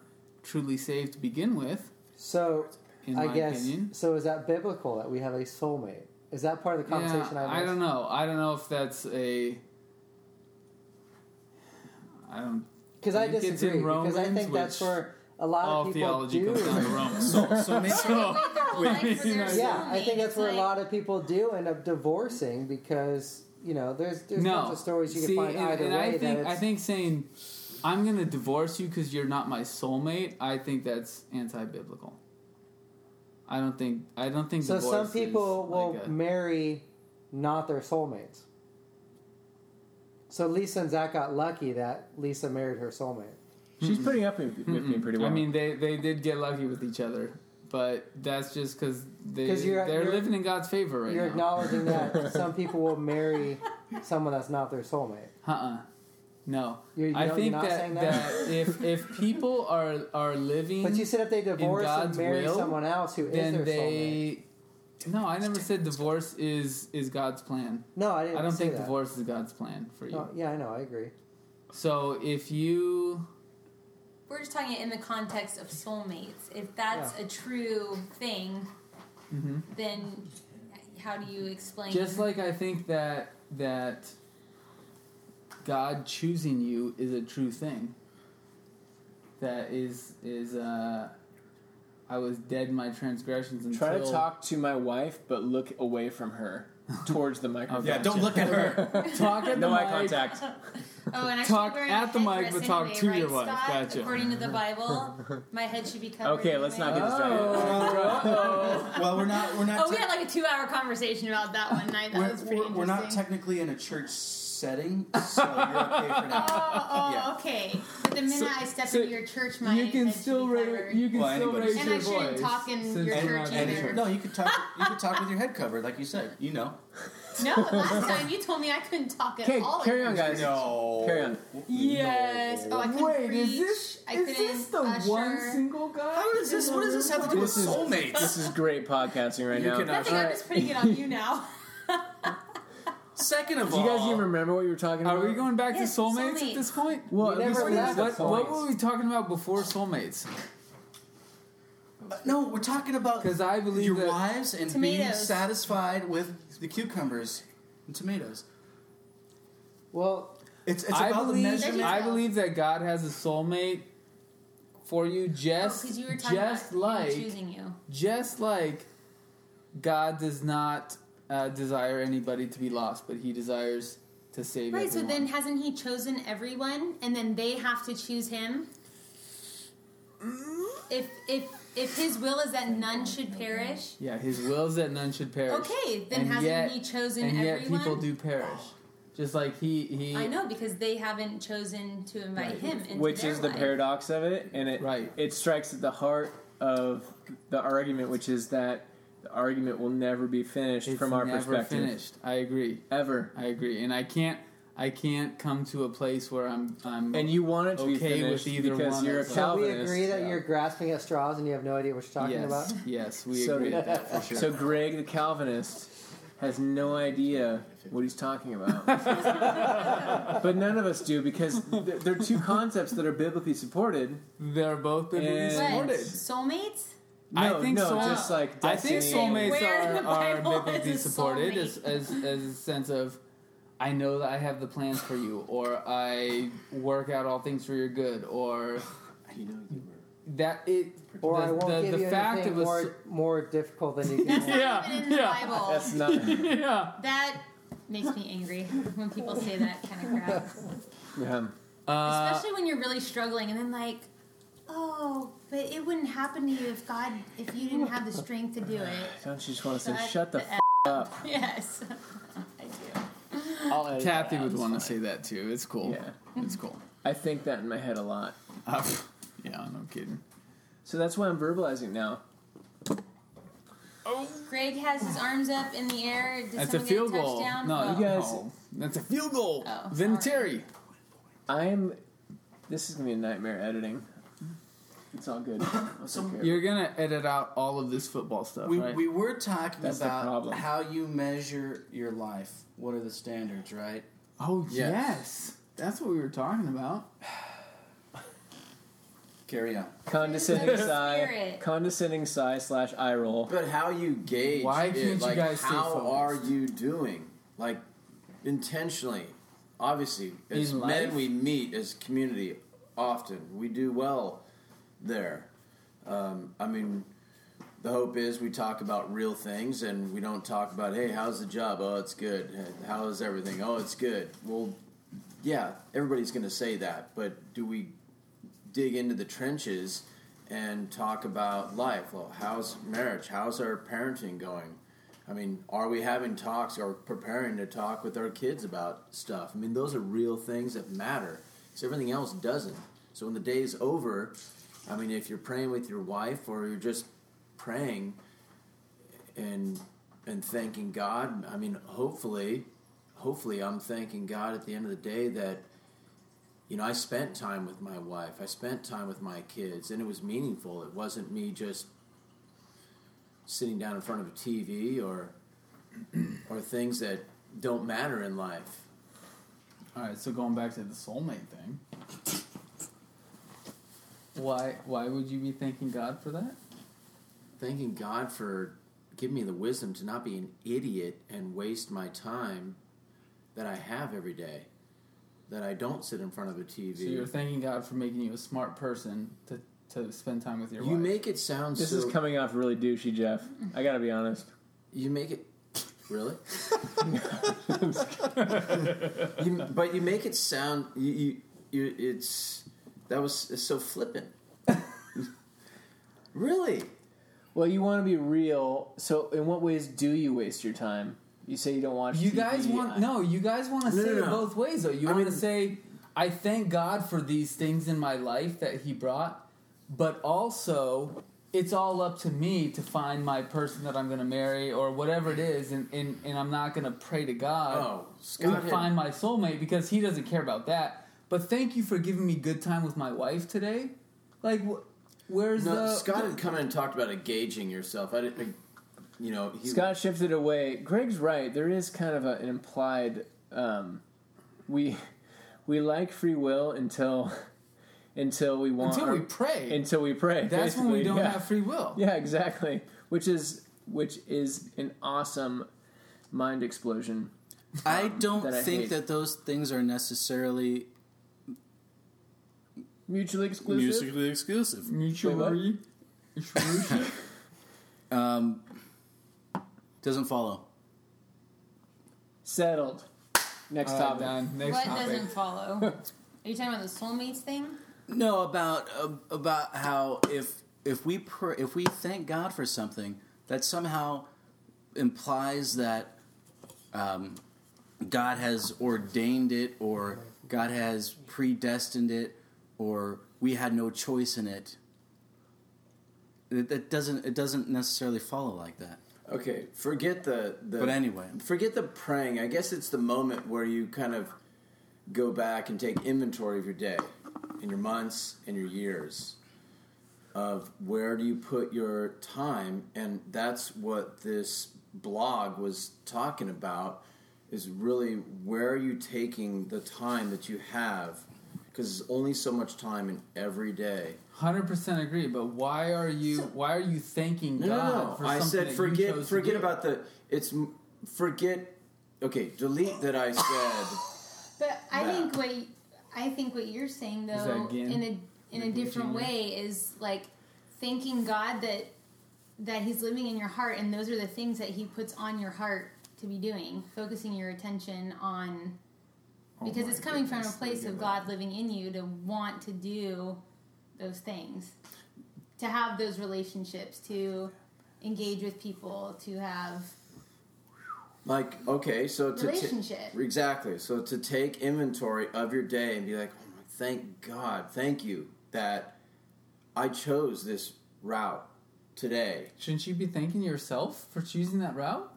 [SPEAKER 5] truly saved to begin with,
[SPEAKER 6] So,
[SPEAKER 5] in
[SPEAKER 6] I
[SPEAKER 5] my
[SPEAKER 6] guess,
[SPEAKER 5] opinion.
[SPEAKER 6] so is that biblical that we have a soulmate? Is that part of the
[SPEAKER 5] Yeah,
[SPEAKER 6] conversation I
[SPEAKER 5] I
[SPEAKER 6] missed?
[SPEAKER 5] don't know. I don't know if that's a. I don't.
[SPEAKER 6] Because I
[SPEAKER 5] You think it's
[SPEAKER 6] disagree.
[SPEAKER 5] in
[SPEAKER 6] Because I
[SPEAKER 5] Romans,
[SPEAKER 6] think that's
[SPEAKER 5] which
[SPEAKER 6] where a lot
[SPEAKER 5] All
[SPEAKER 6] of people
[SPEAKER 5] theology
[SPEAKER 6] do.
[SPEAKER 5] comes down to Romans.
[SPEAKER 2] So maybe
[SPEAKER 7] They wait their whole life
[SPEAKER 5] [laughs]
[SPEAKER 7] for their
[SPEAKER 6] [laughs] yeah, I
[SPEAKER 7] soulmate.
[SPEAKER 6] think that's
[SPEAKER 7] It's
[SPEAKER 6] where a
[SPEAKER 7] like-
[SPEAKER 6] lot of people do end up divorcing because you know there's there's
[SPEAKER 5] no.
[SPEAKER 6] lots of stories you
[SPEAKER 5] See,
[SPEAKER 6] can find
[SPEAKER 5] and,
[SPEAKER 6] either
[SPEAKER 5] and
[SPEAKER 6] way.
[SPEAKER 5] I think
[SPEAKER 6] that
[SPEAKER 5] I
[SPEAKER 6] it's,
[SPEAKER 5] think saying I'm going to divorce you because you're not my soulmate. I think that's anti-biblical. I don't think I don't think
[SPEAKER 6] so.
[SPEAKER 5] divorce
[SPEAKER 6] Some people
[SPEAKER 5] is
[SPEAKER 6] will
[SPEAKER 5] like a-
[SPEAKER 6] marry not their soulmates. So Lisa and Zach got lucky that Lisa married her soulmate.
[SPEAKER 4] She's putting up with with me pretty well.
[SPEAKER 5] I mean, they they did get lucky with each other, but that's just because they
[SPEAKER 6] 'Cause you're-
[SPEAKER 5] they're
[SPEAKER 6] you're-
[SPEAKER 5] living in God's favor right
[SPEAKER 6] You're
[SPEAKER 5] now.
[SPEAKER 6] acknowledging
[SPEAKER 5] [laughs]
[SPEAKER 6] that some people will marry someone that's not their soulmate.
[SPEAKER 5] uh-uh. No,
[SPEAKER 6] You're- you
[SPEAKER 5] I
[SPEAKER 6] don't-
[SPEAKER 5] think
[SPEAKER 6] you're not
[SPEAKER 5] that,
[SPEAKER 6] saying that?
[SPEAKER 5] if if people are are living,
[SPEAKER 6] But you said if they divorce and
[SPEAKER 5] God's
[SPEAKER 6] marry
[SPEAKER 5] will,
[SPEAKER 6] someone else who is
[SPEAKER 5] then
[SPEAKER 6] their soulmate.
[SPEAKER 5] they. No, I never said divorce is is God's plan.
[SPEAKER 6] No, I didn't.
[SPEAKER 5] I don't
[SPEAKER 6] say
[SPEAKER 5] think
[SPEAKER 6] that. Oh.
[SPEAKER 5] divorce is God's plan for you.
[SPEAKER 6] No, yeah, I know. I agree.
[SPEAKER 5] So if you
[SPEAKER 7] We're just talking in the context of soulmates. If that's a true thing, then how do you explain?
[SPEAKER 5] Mm-hmm. just like I think that that God choosing you is a true thing. That is is uh I was dead in my transgressions until
[SPEAKER 4] Try to talk to my wife, but look away from her
[SPEAKER 5] [laughs]
[SPEAKER 4] towards the microphone.
[SPEAKER 5] Yeah,
[SPEAKER 2] don't look at [laughs] her.
[SPEAKER 5] talk at
[SPEAKER 4] [laughs] no
[SPEAKER 5] the [laughs]
[SPEAKER 4] eye
[SPEAKER 5] mic.
[SPEAKER 4] contact.
[SPEAKER 7] oh, and I
[SPEAKER 5] talk
[SPEAKER 7] should be wearing
[SPEAKER 5] at
[SPEAKER 7] a
[SPEAKER 5] the mic,
[SPEAKER 7] headdress
[SPEAKER 5] but talk
[SPEAKER 7] anyway,
[SPEAKER 5] to
[SPEAKER 7] right,
[SPEAKER 5] your wife.
[SPEAKER 7] Scott?
[SPEAKER 5] Gotcha.
[SPEAKER 7] According to
[SPEAKER 5] [laughs]
[SPEAKER 7] the Bible, my head should be covered.
[SPEAKER 4] Okay, let's not
[SPEAKER 7] anyway.
[SPEAKER 4] get distracted.
[SPEAKER 2] well, we're not. We're not.
[SPEAKER 7] Oh, we
[SPEAKER 2] tec-
[SPEAKER 7] had like a two-hour conversation about that one night. That
[SPEAKER 2] we're,
[SPEAKER 7] was pretty
[SPEAKER 2] we're- we're not
[SPEAKER 7] interesting.
[SPEAKER 2] technically in a church setting, so you're okay for [laughs] now.
[SPEAKER 7] Oh, oh,
[SPEAKER 2] Yeah.
[SPEAKER 7] okay. But the minute
[SPEAKER 5] So-
[SPEAKER 7] I step
[SPEAKER 5] so
[SPEAKER 7] into your church, [laughs] my
[SPEAKER 5] you can
[SPEAKER 7] head should
[SPEAKER 5] still
[SPEAKER 7] be
[SPEAKER 5] ra-
[SPEAKER 7] covered.
[SPEAKER 5] you can
[SPEAKER 2] Well,
[SPEAKER 5] still
[SPEAKER 2] anybody should.
[SPEAKER 5] raise
[SPEAKER 7] And
[SPEAKER 5] your
[SPEAKER 7] I shouldn't
[SPEAKER 5] voice
[SPEAKER 7] talk in
[SPEAKER 5] since
[SPEAKER 7] your
[SPEAKER 5] you're
[SPEAKER 7] church
[SPEAKER 5] not
[SPEAKER 7] either.
[SPEAKER 2] And- no, you could talk. You could talk with your head covered, like you said. You know.
[SPEAKER 5] [laughs]
[SPEAKER 7] No, last time you told me I couldn't talk at
[SPEAKER 4] Okay,
[SPEAKER 7] all.
[SPEAKER 4] carry on, guys.
[SPEAKER 3] No.
[SPEAKER 4] Carry on.
[SPEAKER 7] Yes. Oh, I couldn't
[SPEAKER 5] Wait,
[SPEAKER 7] preach.
[SPEAKER 5] is this
[SPEAKER 7] I
[SPEAKER 5] is
[SPEAKER 7] couldn't
[SPEAKER 5] this the
[SPEAKER 7] usher.
[SPEAKER 5] one single guy?
[SPEAKER 2] How does this? What does this have to do with
[SPEAKER 4] This is-
[SPEAKER 2] soulmates?
[SPEAKER 4] This is great podcasting right
[SPEAKER 2] You
[SPEAKER 4] now.
[SPEAKER 2] can-
[SPEAKER 7] I think I'm just putting it on you now.
[SPEAKER 2] Second of
[SPEAKER 4] Do
[SPEAKER 2] all,
[SPEAKER 4] you guys even remember what you were talking
[SPEAKER 5] Are
[SPEAKER 4] about?
[SPEAKER 5] we going back
[SPEAKER 7] Yes,
[SPEAKER 5] to soulmates,
[SPEAKER 7] soulmates.
[SPEAKER 5] at this point?
[SPEAKER 4] Well,
[SPEAKER 6] We
[SPEAKER 4] at
[SPEAKER 6] never
[SPEAKER 4] least we
[SPEAKER 6] left
[SPEAKER 4] have
[SPEAKER 5] What,
[SPEAKER 6] That's
[SPEAKER 4] the
[SPEAKER 5] what
[SPEAKER 4] point.
[SPEAKER 5] were we talking about before soulmates?
[SPEAKER 2] no, we're talking about
[SPEAKER 5] 'Cause I believe
[SPEAKER 2] your
[SPEAKER 5] that-
[SPEAKER 2] wives and being
[SPEAKER 7] Tomatoes.
[SPEAKER 2] satisfied with the cucumbers and tomatoes.
[SPEAKER 6] Well,
[SPEAKER 2] It's it's
[SPEAKER 5] I
[SPEAKER 2] about the
[SPEAKER 5] believe,
[SPEAKER 2] measurement.
[SPEAKER 5] I
[SPEAKER 7] measurement.
[SPEAKER 5] believe that God has a soulmate for you, [laughs] just
[SPEAKER 7] Because Oh, you were talking
[SPEAKER 5] just
[SPEAKER 7] about him
[SPEAKER 5] like
[SPEAKER 7] choosing you.
[SPEAKER 5] just like God does not uh, desire anybody to be lost, but He desires to save
[SPEAKER 7] Right, so
[SPEAKER 5] everyone.
[SPEAKER 7] then hasn't he chosen everyone, and then they have to choose him? If if if his will is that none should perish,
[SPEAKER 5] yeah, His will is that none should perish.
[SPEAKER 7] okay, then
[SPEAKER 5] And
[SPEAKER 7] hasn't
[SPEAKER 5] yet-
[SPEAKER 7] he chosen
[SPEAKER 5] And yet,
[SPEAKER 7] everyone?
[SPEAKER 5] people do perish, just like He He.
[SPEAKER 7] I know because they haven't chosen to invite him into
[SPEAKER 4] which
[SPEAKER 7] their
[SPEAKER 4] is the
[SPEAKER 7] life.
[SPEAKER 4] paradox of it, and it
[SPEAKER 5] Right.
[SPEAKER 4] it strikes at the heart of the argument, which is that the argument will never be finished
[SPEAKER 5] It's
[SPEAKER 4] from our
[SPEAKER 5] never
[SPEAKER 4] perspective
[SPEAKER 5] finished. I agree.
[SPEAKER 4] ever.
[SPEAKER 5] I agree, and I can't. I can't come to a place where I'm. I'm
[SPEAKER 4] And you want it to be
[SPEAKER 5] Okay with
[SPEAKER 4] finished
[SPEAKER 5] either
[SPEAKER 4] because
[SPEAKER 5] one
[SPEAKER 4] you're a
[SPEAKER 5] of us.
[SPEAKER 6] shall we
[SPEAKER 4] Calvinist.
[SPEAKER 6] agree that
[SPEAKER 5] yeah.
[SPEAKER 6] you're grasping at straws and you have no idea what you're talking
[SPEAKER 5] yes,
[SPEAKER 6] about?
[SPEAKER 5] yes, we
[SPEAKER 4] So-
[SPEAKER 5] agree with that for sure.
[SPEAKER 4] So Greg the Calvinist has no idea what he's
[SPEAKER 5] [laughs]
[SPEAKER 4] talking about. but none of us do because th- they're two concepts that are biblically supported.
[SPEAKER 5] They're both biblically
[SPEAKER 4] And-
[SPEAKER 7] What?
[SPEAKER 5] supported.
[SPEAKER 7] Soulmates?
[SPEAKER 5] I
[SPEAKER 4] No,
[SPEAKER 5] think
[SPEAKER 4] no,
[SPEAKER 5] soul-
[SPEAKER 4] just like
[SPEAKER 5] I think
[SPEAKER 4] destiny and-
[SPEAKER 5] soulmates
[SPEAKER 7] Where in the
[SPEAKER 5] are, are
[SPEAKER 7] Bible is
[SPEAKER 5] biblically
[SPEAKER 7] a
[SPEAKER 5] supported
[SPEAKER 7] soulmate?
[SPEAKER 5] as, as, as a sense of I know that I have the plans for you, or I work out all things for your good, or that it
[SPEAKER 6] Or
[SPEAKER 5] the,
[SPEAKER 6] I won't
[SPEAKER 5] the,
[SPEAKER 6] give
[SPEAKER 5] the
[SPEAKER 6] you
[SPEAKER 5] fact
[SPEAKER 6] anything
[SPEAKER 5] of a
[SPEAKER 6] more,
[SPEAKER 5] s-
[SPEAKER 6] more difficult than you
[SPEAKER 5] [laughs]
[SPEAKER 6] can.
[SPEAKER 5] Yeah,
[SPEAKER 7] Even in the
[SPEAKER 5] yeah.
[SPEAKER 7] Bible.
[SPEAKER 5] [laughs]
[SPEAKER 4] That's not.
[SPEAKER 5] yeah.
[SPEAKER 7] That makes me angry when people say that kind of crap.
[SPEAKER 4] Yeah.
[SPEAKER 5] Uh,
[SPEAKER 7] Especially when you're really struggling and then like, oh, but it wouldn't happen to you if God, if you didn't have the strength to do it.
[SPEAKER 4] Don't you just want to say,
[SPEAKER 7] Shut
[SPEAKER 4] shut the
[SPEAKER 7] the
[SPEAKER 4] f up?
[SPEAKER 7] [laughs] Yes. I do.
[SPEAKER 5] Kathy would want to say that too. It's cool.
[SPEAKER 4] Yeah.
[SPEAKER 5] It's cool. [laughs]
[SPEAKER 4] I think that in my head a lot.
[SPEAKER 5] Uh, yeah, no kidding.
[SPEAKER 4] So that's why I'm verbalizing now.
[SPEAKER 7] Greg has his arms up in the air. Did
[SPEAKER 5] That's a
[SPEAKER 7] someone
[SPEAKER 5] field
[SPEAKER 7] get a
[SPEAKER 5] goal.
[SPEAKER 7] touchdown?
[SPEAKER 5] No,
[SPEAKER 7] Oh.
[SPEAKER 4] you guys-
[SPEAKER 5] no. that's a field goal.
[SPEAKER 7] Oh,
[SPEAKER 5] Vinatieri.
[SPEAKER 4] I'm. This is gonna be a nightmare editing. It's all good. I'll take care of it.
[SPEAKER 5] You're gonna edit out all of this football stuff,
[SPEAKER 2] we,
[SPEAKER 5] right?
[SPEAKER 2] we were talking
[SPEAKER 4] That's the
[SPEAKER 2] about
[SPEAKER 4] problem.
[SPEAKER 2] how you measure your life. What are the standards, right?
[SPEAKER 5] oh yes.
[SPEAKER 2] Yes.
[SPEAKER 5] that's what we were talking about.
[SPEAKER 2] Carry on.
[SPEAKER 4] condescending
[SPEAKER 7] Spirit.
[SPEAKER 4] sigh, condescending sigh slash eye roll.
[SPEAKER 8] But how you gauge?
[SPEAKER 5] Why
[SPEAKER 8] it,
[SPEAKER 5] can't you
[SPEAKER 8] like,
[SPEAKER 5] guys stay
[SPEAKER 8] How are
[SPEAKER 5] focused?
[SPEAKER 8] you doing? Like intentionally, obviously, as
[SPEAKER 5] In
[SPEAKER 8] men
[SPEAKER 5] life?
[SPEAKER 8] we meet as community often. We do well there. Um, I mean, the hope is we talk about real things and we don't talk about hey, how's the job? Oh, it's good. How is everything? Oh, it's good. Well, yeah, everybody's going to say that, but do we dig into the trenches and talk about life. Well, how's marriage? How's our parenting going? I mean, are we having talks or preparing to talk with our kids about stuff? I mean, those are real things that matter. So everything else doesn't. So when the day's over, I mean, if you're praying with your wife or you're just praying and and thanking God, I mean, hopefully, hopefully, I'm thanking God at the end of the day that you know, I spent time with my wife. I spent time with my kids, and it was meaningful. It wasn't me just sitting down in front of a TV or [clears throat] or things that don't matter in life.
[SPEAKER 5] All right, so going back to the soulmate thing. Why why would you be thanking God for that?
[SPEAKER 8] Thanking God for giving me the wisdom to not be an idiot and waste my time that I have every day. That I don't sit in front of a TV.
[SPEAKER 5] So you're thanking God for making you a smart person to, to spend time with your
[SPEAKER 8] you
[SPEAKER 5] wife.
[SPEAKER 8] make it sound
[SPEAKER 4] This
[SPEAKER 8] so.
[SPEAKER 4] is coming off really douchey, Jeff. I gotta be honest.
[SPEAKER 8] You make it [laughs] really. you, but you make it sound you, you you it's that was it's so flippant. really,
[SPEAKER 4] Well, you want to be real. So, in what ways do you waste your time? You say you don't watch.
[SPEAKER 5] You
[SPEAKER 4] TV.
[SPEAKER 5] guys want
[SPEAKER 4] I-
[SPEAKER 5] no. You guys want to
[SPEAKER 8] No,
[SPEAKER 5] say
[SPEAKER 8] no,
[SPEAKER 5] it
[SPEAKER 8] no.
[SPEAKER 5] both ways though. You
[SPEAKER 8] I
[SPEAKER 5] want to
[SPEAKER 8] mean-
[SPEAKER 5] say, "I thank God for these things in my life that He brought," but also it's all up to me to find my person that I'm going to marry or whatever it is, and, and, and I'm not going to pray to God
[SPEAKER 8] Oh,
[SPEAKER 5] to
[SPEAKER 8] Scott.
[SPEAKER 5] find my soulmate because He doesn't care about that. But thank you for giving me good time with my wife today. Like, wh- where's
[SPEAKER 8] no,
[SPEAKER 5] the
[SPEAKER 8] Scott had come in and talked about engaging yourself. I didn't, you know, he,
[SPEAKER 4] Scott shifted away. Greg's right. There is kind of a, an implied um, we we like free will until until we want
[SPEAKER 5] until we
[SPEAKER 4] our-
[SPEAKER 5] pray?
[SPEAKER 4] until we pray.
[SPEAKER 5] That's when we
[SPEAKER 4] basically.
[SPEAKER 5] don't
[SPEAKER 4] yeah. [laughs]
[SPEAKER 5] have free will.
[SPEAKER 4] Yeah, exactly. Which is which is an awesome mind explosion.
[SPEAKER 2] I don't
[SPEAKER 4] that I
[SPEAKER 2] think
[SPEAKER 4] hate.
[SPEAKER 2] that those things are necessarily
[SPEAKER 4] Mutually exclusive.
[SPEAKER 12] Musically exclusive.
[SPEAKER 5] Mutually exclusive.
[SPEAKER 2] um, doesn't follow.
[SPEAKER 4] Settled. Next
[SPEAKER 5] All right,
[SPEAKER 4] topic.
[SPEAKER 5] done. Next
[SPEAKER 7] What
[SPEAKER 5] topic. [laughs]
[SPEAKER 7] doesn't follow? Are you talking about the soulmates thing?
[SPEAKER 2] No, about uh, about how if if we pr- if we thank God for something, that somehow implies that um, God has ordained it, or God has predestined it, or we had no choice in it. It, that doesn't it doesn't necessarily follow like that.
[SPEAKER 8] Okay, forget the, the.
[SPEAKER 2] But anyway.
[SPEAKER 8] forget the praying. I guess it's the moment where you kind of go back and take inventory of your day, and your months, and your years, of where do you put your time, and that's what this blog was talking about. Is really where are you taking the time that you have? Because there's only so much time in every day.
[SPEAKER 5] Hundred percent agree, but why are you why are you thanking
[SPEAKER 8] No,
[SPEAKER 5] God
[SPEAKER 8] no, no.
[SPEAKER 5] for
[SPEAKER 8] I
[SPEAKER 5] something
[SPEAKER 8] said
[SPEAKER 5] that you
[SPEAKER 8] forget,
[SPEAKER 5] chose to
[SPEAKER 8] forget
[SPEAKER 5] do?
[SPEAKER 8] about the. It's m- forget. Okay, delete that
[SPEAKER 5] [laughs]
[SPEAKER 8] I said.
[SPEAKER 7] But I
[SPEAKER 8] Yeah.
[SPEAKER 7] think what y- I think what you're saying though
[SPEAKER 5] that again?
[SPEAKER 7] in a in a different way is like thanking God that that He's living in your heart and those are the things that He puts on your heart to be doing, focusing your attention on
[SPEAKER 5] Oh
[SPEAKER 7] because it's coming from a place of God living in you to want to do those things, to have those relationships, to engage with people, to have
[SPEAKER 8] Like, okay, so to ta-
[SPEAKER 7] Relationship.
[SPEAKER 8] exactly. So to take inventory of your day and be like, oh my, thank God, thank you that I chose this route today.
[SPEAKER 5] Shouldn't you be thanking yourself for choosing that route?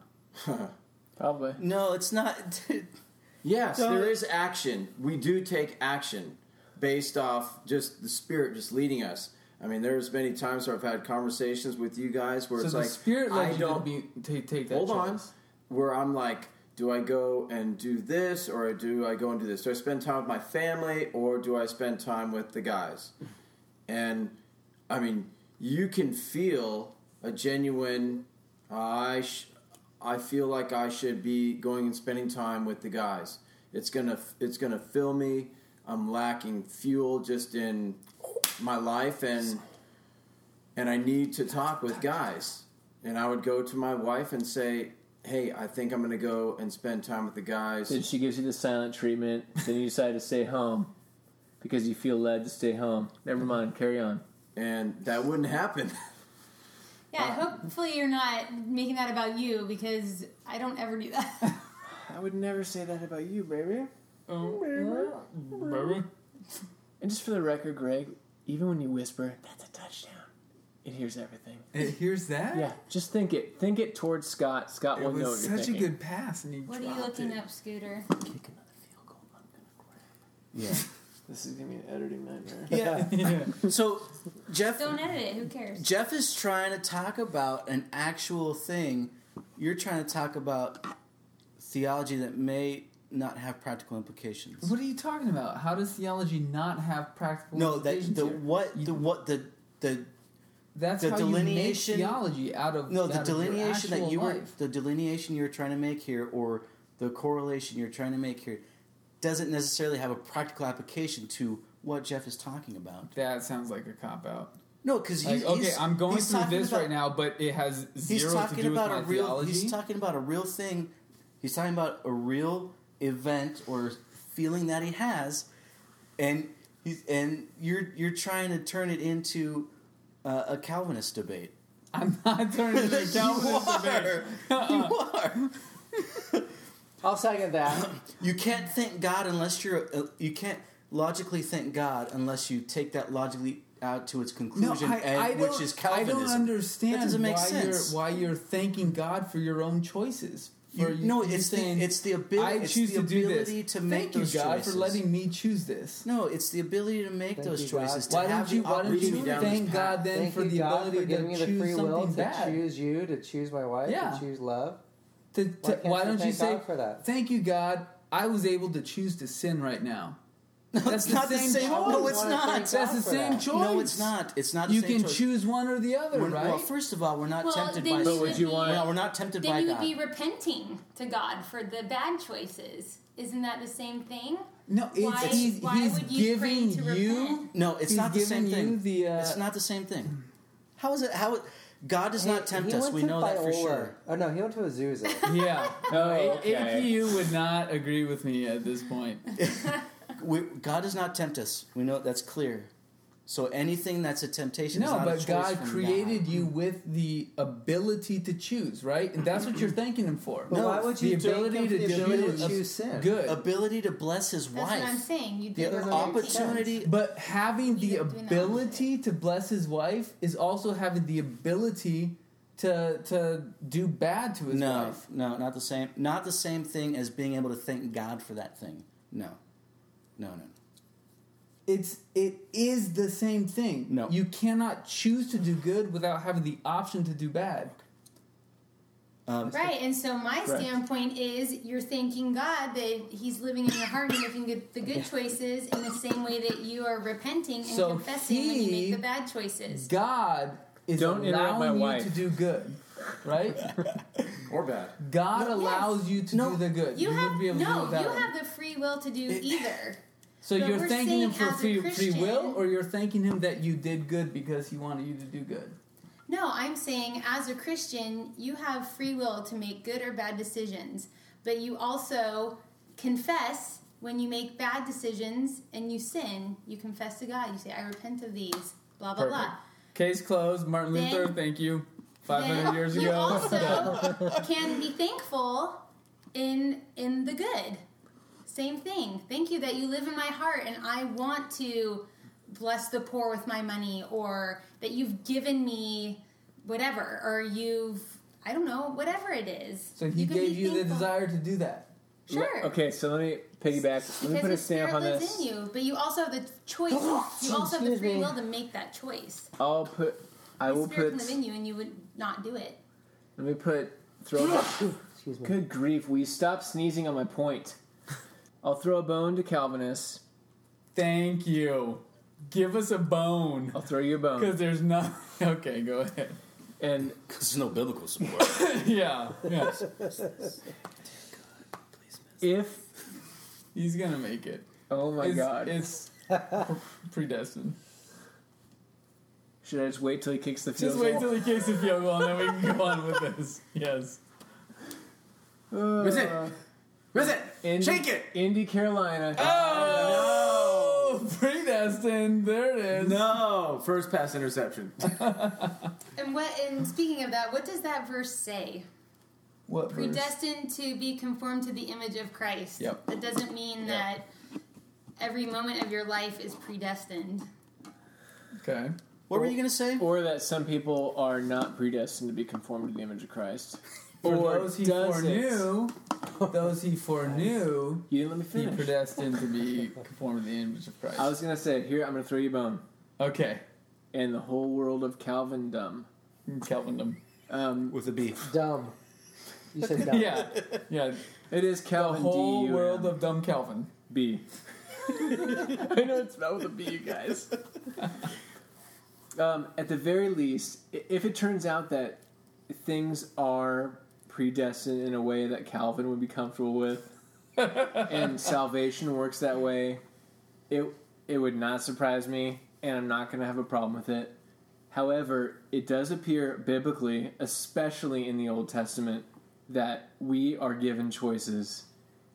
[SPEAKER 4] Probably.
[SPEAKER 2] No, it's not. [laughs]
[SPEAKER 8] Yes,
[SPEAKER 2] No.
[SPEAKER 8] there is action. We do take action based off just the spirit just leading us. I mean, there's many times where I've had conversations with you guys where
[SPEAKER 5] So
[SPEAKER 8] it's
[SPEAKER 5] the
[SPEAKER 8] like
[SPEAKER 5] spirit
[SPEAKER 8] I
[SPEAKER 5] led you to
[SPEAKER 8] don't
[SPEAKER 5] be, to take that
[SPEAKER 8] hold on
[SPEAKER 5] choice.
[SPEAKER 8] where i'm like do i go and do this or do i go and do this do i spend time with my family or do i spend time with the guys and i mean you can feel a genuine i sh- i feel like i should be going and spending time with the guys it's gonna it's gonna fill me i'm lacking fuel just in my life and and I need to talk with guys. And I would go to my wife and say, "Hey, I think I'm going to go and spend time with the
[SPEAKER 4] Then
[SPEAKER 8] guys."
[SPEAKER 4] she gives you the silent treatment. then you decide to stay home because you feel led to stay home. Never mind. Carry on.
[SPEAKER 8] And that wouldn't happen.
[SPEAKER 7] Yeah, hopefully you're not making that about you because I don't ever do [laughs] that.
[SPEAKER 4] I would never say that about you, baby.
[SPEAKER 5] Oh, baby.
[SPEAKER 4] And just for the record, Greg, even when you whisper, "That's a touchdown," it hears everything.
[SPEAKER 5] It- Eh, here's that.
[SPEAKER 4] Yeah, just think it. Think it towards Scott. Scott
[SPEAKER 5] It
[SPEAKER 4] will know what
[SPEAKER 5] was
[SPEAKER 4] you're
[SPEAKER 5] such
[SPEAKER 4] thinking.
[SPEAKER 5] a good pass, and he
[SPEAKER 7] what are you
[SPEAKER 5] dropped
[SPEAKER 7] looking
[SPEAKER 5] it.
[SPEAKER 7] up, Scooter?
[SPEAKER 4] This is gonna be an editing nightmare. [laughs]
[SPEAKER 2] yeah. So, Jeff,
[SPEAKER 7] Don't edit it. Who cares?
[SPEAKER 2] Jeff is trying to talk about an actual thing. You're trying to talk about theology that may not have practical implications.
[SPEAKER 5] What are you talking about? How does theology not have practical?
[SPEAKER 2] No, that
[SPEAKER 5] implications
[SPEAKER 2] the
[SPEAKER 5] here?
[SPEAKER 2] what the what the the
[SPEAKER 5] That's
[SPEAKER 2] the
[SPEAKER 5] how
[SPEAKER 2] delineation-
[SPEAKER 5] you make theology out of
[SPEAKER 2] no the
[SPEAKER 5] out of your
[SPEAKER 2] delineation that
[SPEAKER 5] actual
[SPEAKER 2] you were
[SPEAKER 5] life.
[SPEAKER 2] the delineation you're trying to make here or the correlation you're trying to make here doesn't necessarily have a practical application to what Jeff is talking about.
[SPEAKER 5] That sounds like a cop out.
[SPEAKER 2] No, because
[SPEAKER 5] Like, okay,
[SPEAKER 2] he's,
[SPEAKER 5] I'm going
[SPEAKER 2] he's
[SPEAKER 5] through
[SPEAKER 2] talking
[SPEAKER 5] this
[SPEAKER 2] about-
[SPEAKER 5] right now, but it has zero
[SPEAKER 2] He's talking
[SPEAKER 5] to do
[SPEAKER 2] about
[SPEAKER 5] with
[SPEAKER 2] a
[SPEAKER 5] my
[SPEAKER 2] real.
[SPEAKER 5] theology.
[SPEAKER 2] He's talking about a real thing. He's talking about a real event or feeling that he has, and he's and you're you're trying to turn it into uh, a Calvinist debate.
[SPEAKER 5] I'm
[SPEAKER 2] [laughs]
[SPEAKER 5] not turning into [laughs] a Calvinist debate. Uh-uh.
[SPEAKER 2] You are.
[SPEAKER 6] I'll second that.
[SPEAKER 2] You can't thank God unless you're. Uh, you can't logically thank God unless you take that logically out to its
[SPEAKER 5] No,
[SPEAKER 2] conclusion,
[SPEAKER 5] I,
[SPEAKER 2] and-
[SPEAKER 5] I don't,
[SPEAKER 2] which is Calvinism.
[SPEAKER 5] I don't understand
[SPEAKER 2] That doesn't make
[SPEAKER 5] why
[SPEAKER 2] sense.
[SPEAKER 5] You're, why you're thanking God for your own choices. For
[SPEAKER 2] You- no,
[SPEAKER 5] you
[SPEAKER 2] it's the-
[SPEAKER 5] saying,
[SPEAKER 2] it's the abil-
[SPEAKER 5] I
[SPEAKER 2] it's
[SPEAKER 5] choose
[SPEAKER 2] the
[SPEAKER 5] to do
[SPEAKER 2] ability
[SPEAKER 5] this.
[SPEAKER 2] to make
[SPEAKER 5] Thank
[SPEAKER 2] those
[SPEAKER 5] you, God,
[SPEAKER 2] choices.
[SPEAKER 5] for letting me choose this.
[SPEAKER 2] No, it's the ability to make
[SPEAKER 6] Thank
[SPEAKER 2] those
[SPEAKER 6] you, God.
[SPEAKER 2] choices. To
[SPEAKER 5] Why
[SPEAKER 2] have
[SPEAKER 5] don't you?
[SPEAKER 2] the
[SPEAKER 5] Why don't
[SPEAKER 2] opportunity
[SPEAKER 5] you
[SPEAKER 2] down this
[SPEAKER 5] thank
[SPEAKER 2] path.
[SPEAKER 5] God then
[SPEAKER 6] Thank
[SPEAKER 5] for
[SPEAKER 6] you,
[SPEAKER 5] the
[SPEAKER 6] God,
[SPEAKER 5] ability
[SPEAKER 6] for giving
[SPEAKER 5] to
[SPEAKER 6] me
[SPEAKER 5] choose
[SPEAKER 6] the free will
[SPEAKER 5] something
[SPEAKER 6] to
[SPEAKER 5] bad?
[SPEAKER 6] choose you, to choose my wife,
[SPEAKER 5] Yeah.
[SPEAKER 6] to choose love.
[SPEAKER 5] To-
[SPEAKER 6] Why
[SPEAKER 5] to-
[SPEAKER 6] can't
[SPEAKER 5] why
[SPEAKER 6] you
[SPEAKER 5] don't you
[SPEAKER 6] thank
[SPEAKER 5] say
[SPEAKER 6] God for that?
[SPEAKER 5] thank you, God? I was able to choose to sin right now. That's
[SPEAKER 2] it's not the same-
[SPEAKER 5] choice.
[SPEAKER 2] no, it's not.
[SPEAKER 5] That's the same choice.
[SPEAKER 2] No, it's not. It's not. The
[SPEAKER 5] You
[SPEAKER 2] same
[SPEAKER 5] can
[SPEAKER 2] choice.
[SPEAKER 5] choose one or the other,
[SPEAKER 2] We're-
[SPEAKER 5] right?
[SPEAKER 2] Well, first of all, we're not
[SPEAKER 7] Well,
[SPEAKER 2] tempted
[SPEAKER 7] then
[SPEAKER 2] by.
[SPEAKER 7] you would be-
[SPEAKER 2] No, we're not tempted
[SPEAKER 7] Then
[SPEAKER 2] by
[SPEAKER 7] you would
[SPEAKER 2] God.
[SPEAKER 7] be repenting to God for the bad choices. Isn't that the same thing?
[SPEAKER 5] no, it's,
[SPEAKER 7] Why-
[SPEAKER 5] he's,
[SPEAKER 7] why
[SPEAKER 5] he's
[SPEAKER 7] would you pray
[SPEAKER 5] giving
[SPEAKER 7] to
[SPEAKER 5] you.
[SPEAKER 7] repent?
[SPEAKER 2] no, it's
[SPEAKER 5] he's
[SPEAKER 2] not the
[SPEAKER 5] giving
[SPEAKER 2] same
[SPEAKER 5] you
[SPEAKER 2] thing.
[SPEAKER 5] the, uh,
[SPEAKER 2] it's not the same thing. How is it? How God does not tempt us.
[SPEAKER 6] went
[SPEAKER 2] We
[SPEAKER 6] to
[SPEAKER 2] know that for
[SPEAKER 6] Biola.
[SPEAKER 2] sure.
[SPEAKER 6] Oh no, he went to Azusa.
[SPEAKER 5] [laughs] [laughs]
[SPEAKER 6] [laughs]
[SPEAKER 5] Yeah.
[SPEAKER 4] Oh,
[SPEAKER 5] A-
[SPEAKER 4] okay.
[SPEAKER 5] APU would not agree with me at this point.
[SPEAKER 2] We, God does not tempt us. We know that's clear. So anything that's a temptation. is
[SPEAKER 5] No,
[SPEAKER 2] not a
[SPEAKER 5] but
[SPEAKER 2] choice
[SPEAKER 5] God
[SPEAKER 2] from
[SPEAKER 5] created you with the ability to choose, right? And that's
[SPEAKER 2] [clears throat]
[SPEAKER 5] what you're thanking Him for.
[SPEAKER 6] But why would
[SPEAKER 5] the
[SPEAKER 6] you thank
[SPEAKER 5] ability
[SPEAKER 6] him
[SPEAKER 5] to
[SPEAKER 6] for the ability
[SPEAKER 5] choose
[SPEAKER 6] to choose sin?
[SPEAKER 5] good.
[SPEAKER 2] Ability to bless His
[SPEAKER 7] That's what I'm
[SPEAKER 2] wife.
[SPEAKER 7] saying. You
[SPEAKER 2] The
[SPEAKER 7] do the
[SPEAKER 2] opportunity.
[SPEAKER 5] But having the
[SPEAKER 7] You do not.
[SPEAKER 5] ability to bless his wife is also having the ability to to do bad to his
[SPEAKER 2] No,
[SPEAKER 5] wife.
[SPEAKER 2] no, not the same. Not the same thing as being able to thank God for that thing. No, no,
[SPEAKER 8] [laughs]
[SPEAKER 2] no.
[SPEAKER 5] It's it is the same thing.
[SPEAKER 2] No.
[SPEAKER 5] You cannot choose to do good without having the option to do bad.
[SPEAKER 2] Um,
[SPEAKER 7] Right, and so my standpoint is you're thanking God that He's living in your heart and making good, the good choices in the same way that you are repenting and
[SPEAKER 5] So
[SPEAKER 7] confessing when you
[SPEAKER 5] he-
[SPEAKER 7] make the bad choices.
[SPEAKER 5] God is
[SPEAKER 4] Don't interrupt my
[SPEAKER 5] allowing you
[SPEAKER 4] wife.
[SPEAKER 5] to do good. [laughs] Right?
[SPEAKER 8] [laughs] or bad.
[SPEAKER 5] God allows you to
[SPEAKER 2] No.
[SPEAKER 5] do the good.
[SPEAKER 7] You have
[SPEAKER 5] wouldn't be able to do it
[SPEAKER 7] no,
[SPEAKER 5] without
[SPEAKER 7] you
[SPEAKER 5] him.
[SPEAKER 7] have the free will to do either.
[SPEAKER 5] So
[SPEAKER 7] But
[SPEAKER 5] you're
[SPEAKER 7] we're
[SPEAKER 5] thanking him
[SPEAKER 7] saying
[SPEAKER 5] for
[SPEAKER 7] as a
[SPEAKER 5] free, free
[SPEAKER 7] Christian-
[SPEAKER 5] will, or you're thanking him that you did good because he wanted you to do good.
[SPEAKER 7] No, I'm saying as a Christian, you have free will to make good or bad decisions, but you also confess when you make bad decisions and you sin. You confess to God. You say, "I repent of these." Blah blah blah.
[SPEAKER 5] Perfect. Case closed. Martin
[SPEAKER 7] Then-
[SPEAKER 5] Luther, thank you. 500
[SPEAKER 7] then
[SPEAKER 5] years
[SPEAKER 7] you
[SPEAKER 5] ago.
[SPEAKER 4] [laughs]
[SPEAKER 7] also can be thankful in in the good. Same thing. Thank you that you live in my heart and I want to bless the poor with my money or that you've given me whatever or you've I don't know, whatever it is.
[SPEAKER 5] [laughs] so he
[SPEAKER 7] can be
[SPEAKER 5] gave you the
[SPEAKER 7] thankful.
[SPEAKER 5] desire to do that.
[SPEAKER 7] Sure.
[SPEAKER 4] Okay, so let me piggyback. Let me
[SPEAKER 7] Because
[SPEAKER 4] put a
[SPEAKER 7] the
[SPEAKER 4] stamp
[SPEAKER 7] spirit
[SPEAKER 4] on
[SPEAKER 7] lives
[SPEAKER 4] this.
[SPEAKER 7] in you, but you also have the
[SPEAKER 4] [gasps]
[SPEAKER 7] choice. You also have the
[SPEAKER 6] Excuse
[SPEAKER 7] free
[SPEAKER 6] me.
[SPEAKER 7] will to make that choice.
[SPEAKER 4] I'll put. I
[SPEAKER 7] The
[SPEAKER 4] will
[SPEAKER 7] spirit
[SPEAKER 4] put.
[SPEAKER 7] can live in you, and you would not do it.
[SPEAKER 4] Let me put.
[SPEAKER 5] [laughs]
[SPEAKER 4] Throw.
[SPEAKER 6] Excuse me.
[SPEAKER 4] Good grief! Will you stop sneezing on my point? I'll throw a bone to Calvinists.
[SPEAKER 5] Thank you. Give us a bone.
[SPEAKER 4] I'll throw you a bone.
[SPEAKER 5] Because there's not. [laughs] Okay, go ahead.
[SPEAKER 4] And
[SPEAKER 8] There's no biblical support.
[SPEAKER 5] yeah, yeah.
[SPEAKER 4] if
[SPEAKER 5] He's gonna make it.
[SPEAKER 4] oh my
[SPEAKER 5] it's,
[SPEAKER 4] god,
[SPEAKER 5] It's [laughs] predestined.
[SPEAKER 4] should I just wait till he kicks the field
[SPEAKER 5] Just wait
[SPEAKER 4] goal?
[SPEAKER 5] till he kicks the field goal, and then we can go on with this. [laughs] Yes.
[SPEAKER 8] Miss it. Miss it.
[SPEAKER 4] Indy,
[SPEAKER 8] Shake it.
[SPEAKER 4] Uh, Indy, Carolina.
[SPEAKER 5] Oh, predestined. There it is.
[SPEAKER 8] No. First pass interception. [laughs]
[SPEAKER 7] And what? And speaking of that, what does that verse say?
[SPEAKER 5] What verse?
[SPEAKER 7] Predestined to be conformed to the image of Christ.
[SPEAKER 5] Yep.
[SPEAKER 7] That doesn't mean that every moment of your life is predestined.
[SPEAKER 5] Okay.
[SPEAKER 2] What were you gonna say?
[SPEAKER 5] Oh,
[SPEAKER 4] Or that some people are not predestined to be conformed to the image of Christ.
[SPEAKER 5] [laughs] For
[SPEAKER 4] or
[SPEAKER 5] those he
[SPEAKER 4] does it?
[SPEAKER 5] foreknew, those he foreknew,
[SPEAKER 4] You didn't let me
[SPEAKER 5] he
[SPEAKER 4] finish.
[SPEAKER 5] predestined to [laughs] be conformed to the image of Christ.
[SPEAKER 4] I was gonna say here I'm gonna throw you a bone,
[SPEAKER 5] okay,
[SPEAKER 4] and the whole world of Calvindom.
[SPEAKER 5] Calvindom.
[SPEAKER 4] Um,
[SPEAKER 2] With a B.
[SPEAKER 6] Dumb. You said dumb.
[SPEAKER 5] Yeah, yeah.
[SPEAKER 4] it is
[SPEAKER 5] The
[SPEAKER 4] Calvin.
[SPEAKER 5] whole
[SPEAKER 4] D-U-M.
[SPEAKER 5] world of dumb [laughs] Calvin.
[SPEAKER 4] B. I know it's spelled with a B, you guys. um, at the very least, i- if it turns out that things are predestined in a way that Calvin would be comfortable with, and salvation works that way, it it would not surprise me, and I'm not going to have a problem with it. However, it does appear biblically, especially in the Old Testament, that we are given choices,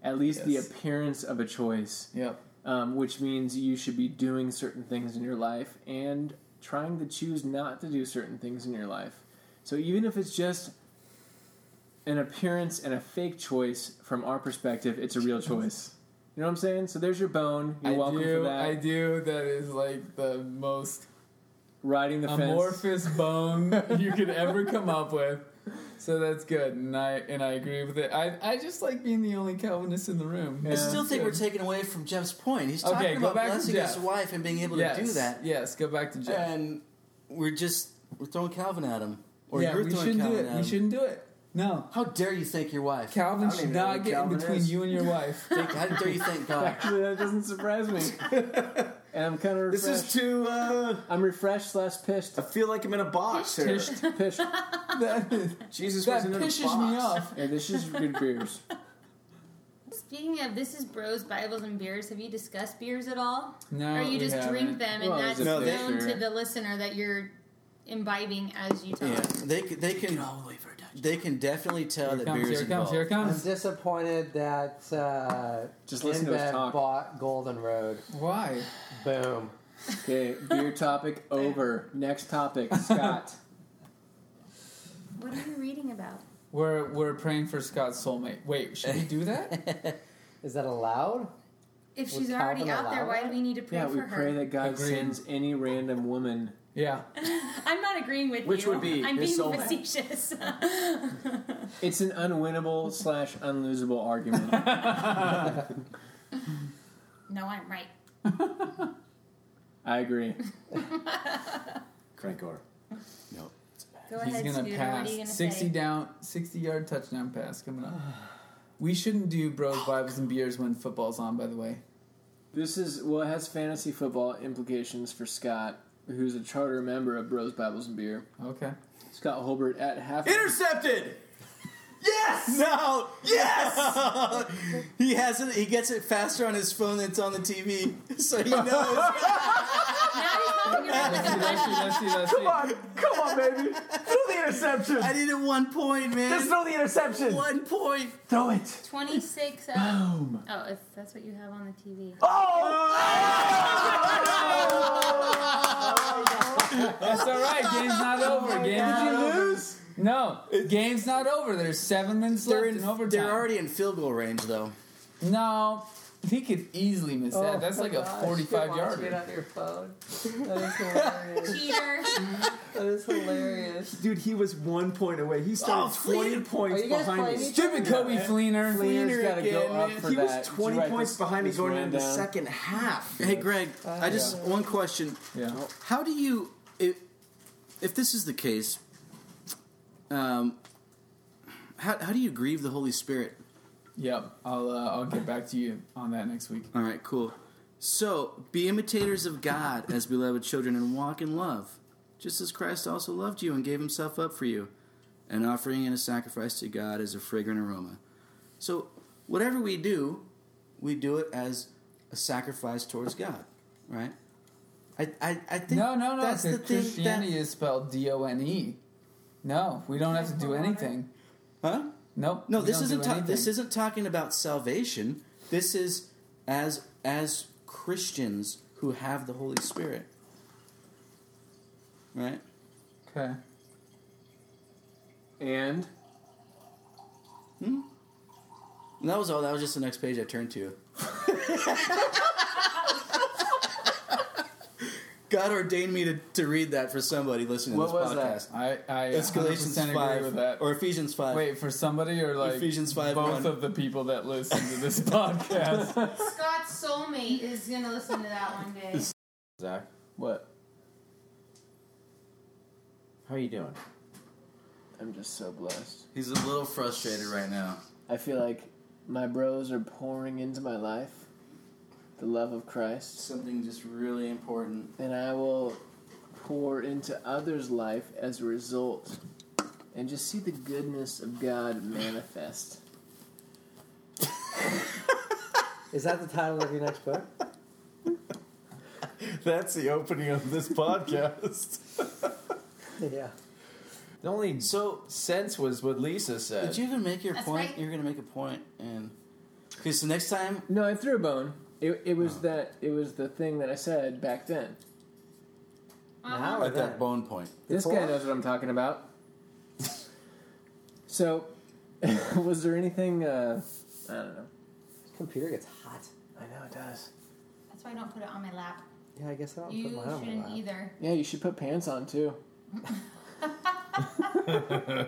[SPEAKER 4] at least
[SPEAKER 5] Yes.
[SPEAKER 4] the appearance of a choice
[SPEAKER 5] Yep.
[SPEAKER 4] um, which means you should be doing certain things in your life and trying to choose not to do certain things in your life. So even if it's just an appearance and a fake choice from our perspective, it's a real choice. You know what I'm saying? So there's your bone. You're
[SPEAKER 5] I
[SPEAKER 4] welcome
[SPEAKER 5] do.
[SPEAKER 4] for that.
[SPEAKER 5] I do. That is like the most
[SPEAKER 4] riding the fence. [laughs]
[SPEAKER 5] amorphous
[SPEAKER 7] [laughs]
[SPEAKER 5] bone you could ever come up with. So that's good, and I and I agree with it. I, I just like being the only Calvinist in the room.
[SPEAKER 2] I still think we're taking away from Jeff's point. He's
[SPEAKER 5] Okay,
[SPEAKER 2] talking
[SPEAKER 5] go
[SPEAKER 2] about
[SPEAKER 5] back to
[SPEAKER 2] blessing
[SPEAKER 5] Jeff.
[SPEAKER 2] his wife and being able
[SPEAKER 5] yes,
[SPEAKER 2] to do that,
[SPEAKER 5] Yes, go back to Jeff.
[SPEAKER 2] and we're just we're throwing Calvin at him, or
[SPEAKER 5] yeah,
[SPEAKER 2] you're
[SPEAKER 5] we
[SPEAKER 2] throwing
[SPEAKER 5] shouldn't
[SPEAKER 2] Calvin
[SPEAKER 5] do it.
[SPEAKER 2] at him.
[SPEAKER 5] We shouldn't do it. No,
[SPEAKER 2] How dare you thank your wife?
[SPEAKER 5] Calvin
[SPEAKER 8] don't
[SPEAKER 5] should
[SPEAKER 8] even know
[SPEAKER 5] not
[SPEAKER 8] who
[SPEAKER 5] get
[SPEAKER 8] Calvin
[SPEAKER 5] in between
[SPEAKER 8] is.
[SPEAKER 5] you and
[SPEAKER 2] [laughs]
[SPEAKER 5] your wife.
[SPEAKER 2] Thank- How dare you
[SPEAKER 5] [laughs]
[SPEAKER 2] thank God?
[SPEAKER 4] Actually, that doesn't surprise
[SPEAKER 8] [laughs]
[SPEAKER 4] me. And I'm kind of refreshed.
[SPEAKER 8] This is too. Uh,
[SPEAKER 4] I'm refreshed slash pissed.
[SPEAKER 8] I feel like I'm in a box here.
[SPEAKER 5] Pished.
[SPEAKER 4] Pissed.
[SPEAKER 8] [laughs]
[SPEAKER 5] that
[SPEAKER 8] Jesus
[SPEAKER 5] that
[SPEAKER 8] was in a box.
[SPEAKER 5] pisses me off.
[SPEAKER 4] Yeah, this is good beers.
[SPEAKER 7] Speaking of, this is Bros, Bibles, and Beers. Have you discussed beers at all?
[SPEAKER 5] No,
[SPEAKER 7] or you
[SPEAKER 5] we
[SPEAKER 7] just drink
[SPEAKER 5] haven't.
[SPEAKER 7] them and
[SPEAKER 4] Well,
[SPEAKER 7] that's
[SPEAKER 4] there's
[SPEAKER 8] a
[SPEAKER 7] known
[SPEAKER 4] picture.
[SPEAKER 7] to the listener that you're imbibing as you talk.
[SPEAKER 2] Yeah, they c- they can they can definitely tell
[SPEAKER 5] Here
[SPEAKER 2] that
[SPEAKER 5] comes,
[SPEAKER 2] beer's
[SPEAKER 5] here comes,
[SPEAKER 2] involved.
[SPEAKER 5] here
[SPEAKER 6] I'm
[SPEAKER 5] comes.
[SPEAKER 6] disappointed that uh,
[SPEAKER 4] Just listen to us
[SPEAKER 6] InBev
[SPEAKER 4] talk.
[SPEAKER 6] bought Golden Road.
[SPEAKER 5] Why?
[SPEAKER 6] Boom.
[SPEAKER 4] Okay, beer topic over. Next topic,
[SPEAKER 8] [laughs]
[SPEAKER 4] Scott.
[SPEAKER 7] What are you reading about?
[SPEAKER 5] We're we're praying for Scott's soulmate. Wait, should we
[SPEAKER 2] [laughs]
[SPEAKER 5] do that?
[SPEAKER 6] Is that allowed?
[SPEAKER 7] If
[SPEAKER 6] Would
[SPEAKER 7] she's already
[SPEAKER 6] Calvin
[SPEAKER 7] out there,
[SPEAKER 6] allow
[SPEAKER 7] why do
[SPEAKER 6] that?
[SPEAKER 7] we need to pray
[SPEAKER 4] Yeah,
[SPEAKER 7] for
[SPEAKER 4] we
[SPEAKER 7] her?
[SPEAKER 4] pray that God
[SPEAKER 5] Agreed.
[SPEAKER 4] sends any random woman.
[SPEAKER 5] yeah.
[SPEAKER 7] [laughs] I'm not agreeing with
[SPEAKER 8] Which
[SPEAKER 7] you.
[SPEAKER 8] would be
[SPEAKER 7] I'm
[SPEAKER 8] his
[SPEAKER 7] being
[SPEAKER 8] soulmate.
[SPEAKER 7] facetious. [laughs]
[SPEAKER 4] It's an unwinnable slash unlosable argument.
[SPEAKER 7] [laughs] no, I'm right.
[SPEAKER 4] I agree.
[SPEAKER 8] Crank or.
[SPEAKER 7] Go
[SPEAKER 5] He's
[SPEAKER 7] ahead,
[SPEAKER 5] gonna
[SPEAKER 7] Scooter. What
[SPEAKER 5] pass
[SPEAKER 7] are you gonna
[SPEAKER 5] sixty
[SPEAKER 7] say?
[SPEAKER 5] down, sixty yard touchdown pass coming up. we shouldn't do
[SPEAKER 7] [sighs]
[SPEAKER 5] bros, bibles, and beers when football's on. By the way,
[SPEAKER 4] This is well, it has fantasy football implications for Scott, who's a charter member of Bros Bibles and Beer.
[SPEAKER 5] okay.
[SPEAKER 4] Scott Holbert at half.
[SPEAKER 2] Intercepted. Yes. No. Yes. [laughs] he has it. He gets it faster on his phone than it's on the TV, [laughs] so he [laughs] knows.
[SPEAKER 7] Now he's talking about the
[SPEAKER 5] Let's see, let's see, let's see.
[SPEAKER 3] Come on, baby. Throw the interception.
[SPEAKER 2] I needed one point,
[SPEAKER 3] Just
[SPEAKER 2] man.
[SPEAKER 3] throw the interception.
[SPEAKER 2] One point.
[SPEAKER 3] Throw it.
[SPEAKER 7] 26 out. Oh, if that's what you have on the TV.
[SPEAKER 5] That's all right. Game's not over. Game's not over.
[SPEAKER 4] lose?
[SPEAKER 5] No, game's not over. There's seven minutes
[SPEAKER 2] They're,
[SPEAKER 5] left
[SPEAKER 2] in,
[SPEAKER 5] in overtime.
[SPEAKER 2] they're already in field goal range, though.
[SPEAKER 5] no, he could easily miss
[SPEAKER 2] Oh,
[SPEAKER 5] that. That's
[SPEAKER 6] Oh
[SPEAKER 5] like a forty-five yarder.
[SPEAKER 6] on your phone. That
[SPEAKER 7] [laughs]
[SPEAKER 6] is hilarious.
[SPEAKER 7] Cheater.
[SPEAKER 6] that is hilarious.
[SPEAKER 3] Dude, he was one point away. He started
[SPEAKER 2] Oh,
[SPEAKER 3] 20
[SPEAKER 2] Fleener.
[SPEAKER 6] Are
[SPEAKER 3] points
[SPEAKER 6] you guys
[SPEAKER 3] behind
[SPEAKER 6] playing
[SPEAKER 3] me.
[SPEAKER 6] each
[SPEAKER 5] Stupid Kobe Fleener.
[SPEAKER 4] Fleener's got to go
[SPEAKER 2] again,
[SPEAKER 4] up
[SPEAKER 2] man.
[SPEAKER 4] for
[SPEAKER 3] He
[SPEAKER 4] that.
[SPEAKER 3] was 20
[SPEAKER 4] Did you write
[SPEAKER 3] points
[SPEAKER 4] this-
[SPEAKER 3] behind me
[SPEAKER 4] this
[SPEAKER 3] going
[SPEAKER 4] man
[SPEAKER 3] into the
[SPEAKER 4] down?
[SPEAKER 3] second half.
[SPEAKER 2] Hey, Greg. I just one question.
[SPEAKER 5] Yeah.
[SPEAKER 2] How do you, if, if this is the case, um, how, how do you grieve the Holy Spirit?
[SPEAKER 5] Yep. I'll uh, I'll get back to you on that next week.
[SPEAKER 2] All right, cool. So be imitators of God as beloved children and walk in love, just as Christ also loved you and gave himself up for you, an offering and a sacrifice to God as a fragrant aroma. So whatever we do, we do it as a sacrifice towards God, right? I, I, I think
[SPEAKER 5] No, no, no.
[SPEAKER 2] that's the
[SPEAKER 5] because
[SPEAKER 2] thing that
[SPEAKER 5] Christianity is spelled D O N E. No, we don't have to do anything.
[SPEAKER 2] huh?
[SPEAKER 5] Nope.
[SPEAKER 2] No,
[SPEAKER 5] we
[SPEAKER 2] this
[SPEAKER 5] don't do
[SPEAKER 2] isn't ta-
[SPEAKER 5] anything.
[SPEAKER 2] this isn't talking about salvation. This is as as Christians who have the Holy Spirit. Right?
[SPEAKER 5] okay.
[SPEAKER 4] And
[SPEAKER 2] And that was all. That was just the next page I turned to. [laughs] God ordained me to, to read that for somebody listening
[SPEAKER 4] What
[SPEAKER 2] to this
[SPEAKER 4] was that?
[SPEAKER 2] podcast.
[SPEAKER 5] I I
[SPEAKER 2] It's Galatians
[SPEAKER 5] 100% agree
[SPEAKER 2] five
[SPEAKER 5] with that.
[SPEAKER 2] or Ephesians five.
[SPEAKER 5] Wait for somebody or like
[SPEAKER 2] Ephesians 5,
[SPEAKER 5] both
[SPEAKER 2] one.
[SPEAKER 5] of the people that listen to this [laughs] podcast.
[SPEAKER 7] Scott's soulmate is going to listen to that one day.
[SPEAKER 8] Zach,
[SPEAKER 4] what?
[SPEAKER 8] how are you doing?
[SPEAKER 4] I'm just so blessed.
[SPEAKER 2] He's a little frustrated right now.
[SPEAKER 4] I feel like my bros are pouring into my life the love of Christ,
[SPEAKER 2] Something just really important.
[SPEAKER 4] and I will pour into others' life as a result and just see the goodness of God manifest.
[SPEAKER 6] Is that the title of your next book?
[SPEAKER 8] [laughs] That's the opening of [laughs] this podcast.
[SPEAKER 6] Yeah.
[SPEAKER 8] the only
[SPEAKER 2] So
[SPEAKER 8] sense was what Lisa said.
[SPEAKER 2] Did you even make your
[SPEAKER 7] That's
[SPEAKER 2] point?
[SPEAKER 7] right.
[SPEAKER 2] You're gonna make a point, and okay. So next time,
[SPEAKER 4] No, I threw a bone. It, it was that it was the thing that I said back then.
[SPEAKER 7] Uh-huh.
[SPEAKER 6] Now or
[SPEAKER 2] at
[SPEAKER 6] then?
[SPEAKER 2] that bone point.
[SPEAKER 4] This guy knows what I'm talking about. [laughs] so, [laughs] was there anything? Uh, I don't know.
[SPEAKER 6] Computer gets hot.
[SPEAKER 4] I know it does.
[SPEAKER 7] That's why I don't put it on my lap.
[SPEAKER 6] Yeah, I guess I don't
[SPEAKER 7] You
[SPEAKER 6] put mine on my
[SPEAKER 7] shouldn't
[SPEAKER 6] lap.
[SPEAKER 7] either.
[SPEAKER 4] Yeah, you should put pants on too.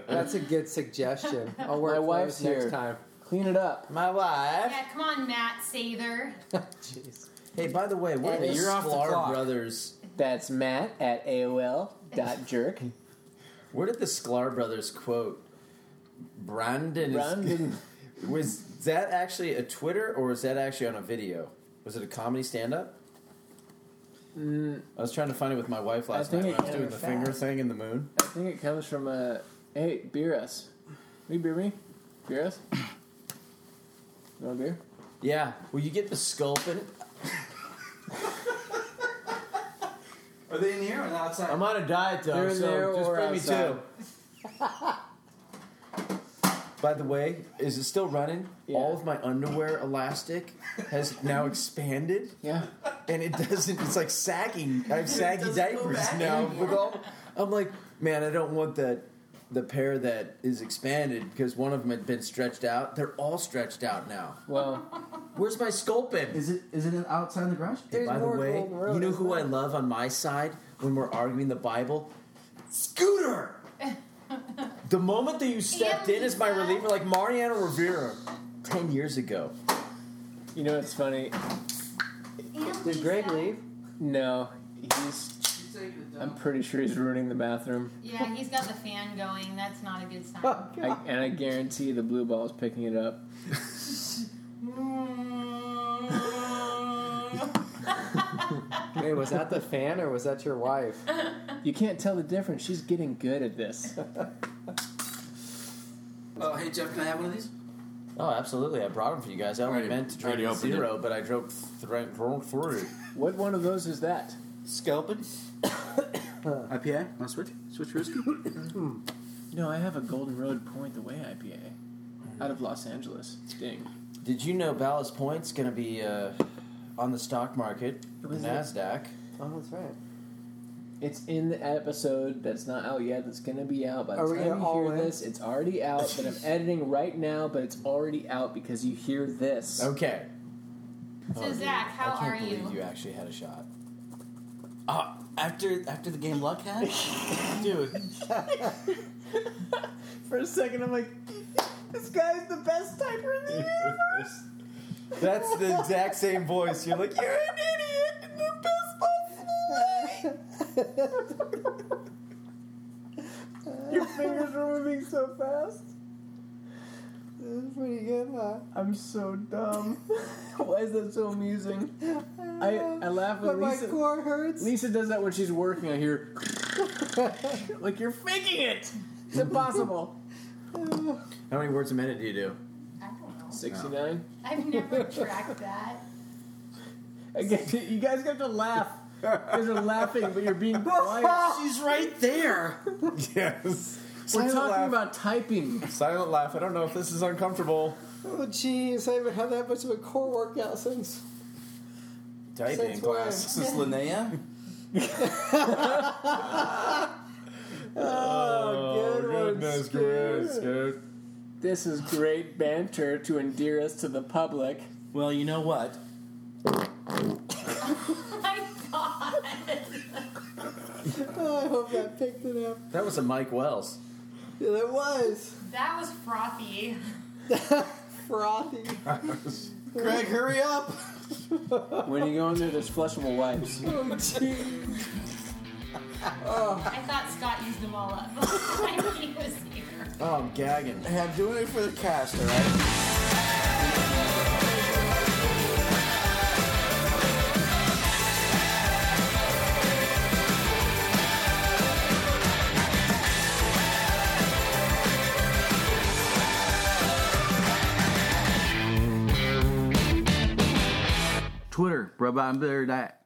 [SPEAKER 6] That's a
[SPEAKER 7] [laughs]
[SPEAKER 6] good suggestion. I'll work
[SPEAKER 4] My
[SPEAKER 6] for
[SPEAKER 4] wife's
[SPEAKER 6] those next
[SPEAKER 4] here.
[SPEAKER 6] time.
[SPEAKER 4] Clean it up.
[SPEAKER 1] My wife.
[SPEAKER 7] Yeah, come on, Matt Sather.
[SPEAKER 6] Jeez.
[SPEAKER 8] Hey, by the way, what
[SPEAKER 6] Hey,
[SPEAKER 8] is
[SPEAKER 6] you're off the
[SPEAKER 8] Sklar
[SPEAKER 6] clock.
[SPEAKER 8] Brothers?
[SPEAKER 4] That's Matt at AOL dot jerk.
[SPEAKER 8] Where did the Sklar Brothers quote Brandon?
[SPEAKER 4] Brandon.
[SPEAKER 8] Is, [laughs] was that actually a Twitter or was that actually on a video? Was it a comedy stand up? I was trying to find it with my wife last
[SPEAKER 4] Mm. think
[SPEAKER 8] night when
[SPEAKER 4] it
[SPEAKER 8] I was
[SPEAKER 4] came
[SPEAKER 8] doing the
[SPEAKER 4] fast.
[SPEAKER 8] finger thing in the moon.
[SPEAKER 4] I think it comes from uh, hey, beer us. Will you beer me? Beer [coughs] us? You want a beer?
[SPEAKER 8] Yeah. Will you get the sculpin?
[SPEAKER 2] Are they in here or outside?
[SPEAKER 8] I'm on a diet though,
[SPEAKER 4] They're in
[SPEAKER 8] so
[SPEAKER 4] there
[SPEAKER 8] just
[SPEAKER 4] or
[SPEAKER 8] bring
[SPEAKER 4] outside.
[SPEAKER 8] me two. [laughs] By the way, is it still running?
[SPEAKER 4] Yeah.
[SPEAKER 8] All of my underwear elastic has now expanded,
[SPEAKER 4] Yeah.
[SPEAKER 8] and it doesn't. It's like sagging. I have saggy diapers now. with all- [laughs] I'm like, man, I don't want that. The pair that is expanded because one of them had been stretched out. They're all stretched out now.
[SPEAKER 4] Well,
[SPEAKER 8] Where's my sculpin?
[SPEAKER 2] Is it is it outside the garage?
[SPEAKER 8] Hey, by the
[SPEAKER 6] more
[SPEAKER 8] way,
[SPEAKER 6] Golden Road,
[SPEAKER 8] you know
[SPEAKER 6] isn't
[SPEAKER 8] who I love on my side when we're arguing the Bible? Scooter! the moment that you stepped in as my reliever, like Mariano Rivera, 10 years ago.
[SPEAKER 4] you know what's funny?
[SPEAKER 6] Did Greg leave?
[SPEAKER 4] No, he's. I'm pretty sure he's ruining the bathroom.
[SPEAKER 7] Yeah, he's got the fan going. That's not a good
[SPEAKER 6] Oh,
[SPEAKER 7] sign.
[SPEAKER 4] I, and I guarantee the blue ball is picking it up.
[SPEAKER 6] Wait, was that the fan or was that your wife? Oh,
[SPEAKER 4] You can't tell the difference. She's getting good at this.
[SPEAKER 2] Oh, hey Jeff, can I have one of these?
[SPEAKER 8] [laughs] Oh, absolutely. I brought them for you guys. I only
[SPEAKER 3] Already-
[SPEAKER 8] meant to drink
[SPEAKER 3] already opened
[SPEAKER 8] zero, but I drove th- drove through.
[SPEAKER 4] What one of those is that?
[SPEAKER 8] Scalping?
[SPEAKER 2] IPA? Want to switch? Switch whiskey?
[SPEAKER 4] No, I have a Golden Road Point the Way IPA out of Los Angeles. Ding.
[SPEAKER 8] Did you know Ballast Point's going to be uh, on the stock market, the
[SPEAKER 4] was it?
[SPEAKER 8] NASDAQ?
[SPEAKER 6] Oh, that's right.
[SPEAKER 4] It's in the episode that's not out yet. That's gonna be out by the
[SPEAKER 6] Are we
[SPEAKER 4] time you
[SPEAKER 6] all
[SPEAKER 4] hear
[SPEAKER 6] in?
[SPEAKER 4] this. It's already out that
[SPEAKER 6] [laughs]
[SPEAKER 4] I'm editing right now, but it's already out because you hear this.
[SPEAKER 8] Okay.
[SPEAKER 7] So, Zach, how
[SPEAKER 8] I can't
[SPEAKER 7] are
[SPEAKER 8] believe
[SPEAKER 7] you?
[SPEAKER 8] you actually had a shot.
[SPEAKER 2] Uh, after after the game luck
[SPEAKER 4] [laughs]
[SPEAKER 2] hat? Dude.
[SPEAKER 4] For a second, I'm like, this guy's the best typer in the universe.
[SPEAKER 8] [laughs] That's the exact same voice. You're like, you're an idiot in the best possible way.
[SPEAKER 4] Your fingers are moving so fast.
[SPEAKER 6] That's pretty good, huh?
[SPEAKER 4] I'm so [laughs] dumb. Why is that so amusing? I, I laugh when
[SPEAKER 6] But my
[SPEAKER 4] Lisa.
[SPEAKER 6] core hurts.
[SPEAKER 4] Lisa does that when she's working. I hear, [laughs] like you're faking it. It's
[SPEAKER 6] [laughs]
[SPEAKER 4] impossible.
[SPEAKER 8] How many words a minute do you do?
[SPEAKER 7] I don't know.
[SPEAKER 4] Sixty-nine.
[SPEAKER 7] I've never [laughs] tracked that.
[SPEAKER 4] Again, you guys have to
[SPEAKER 6] [laughs]
[SPEAKER 4] laugh. You guys are laughing, but you're being quiet.
[SPEAKER 2] She's right there.
[SPEAKER 8] Yes.
[SPEAKER 4] We're
[SPEAKER 8] Silent
[SPEAKER 4] talking
[SPEAKER 8] laugh.
[SPEAKER 4] about typing.
[SPEAKER 8] silent laugh. I don't know if this is uncomfortable.
[SPEAKER 6] Oh, jeez, I haven't had that much of a core workout since.
[SPEAKER 8] Typing
[SPEAKER 6] Since class.
[SPEAKER 2] This is
[SPEAKER 4] [laughs]
[SPEAKER 8] [laughs]
[SPEAKER 2] Linnea.
[SPEAKER 4] Oh,
[SPEAKER 8] Goodness gracious. dude.
[SPEAKER 4] This is great banter to endear us to the public.
[SPEAKER 2] Well, you know what?
[SPEAKER 7] Oh my god.
[SPEAKER 6] Oh, I hope that picked it up.
[SPEAKER 8] That was a Mike Wells.
[SPEAKER 6] Yeah, that was
[SPEAKER 7] That was frothy.
[SPEAKER 6] frothy.
[SPEAKER 2] Greg, hurry up!
[SPEAKER 4] When you go in there, there's flushable wipes.
[SPEAKER 6] Oh, gee.
[SPEAKER 7] I thought Scott used them all up. [laughs] I knew he was here.
[SPEAKER 8] Oh, I'm gagging.
[SPEAKER 2] Hey, I'm doing it for the cast, alright? Twitter, Rob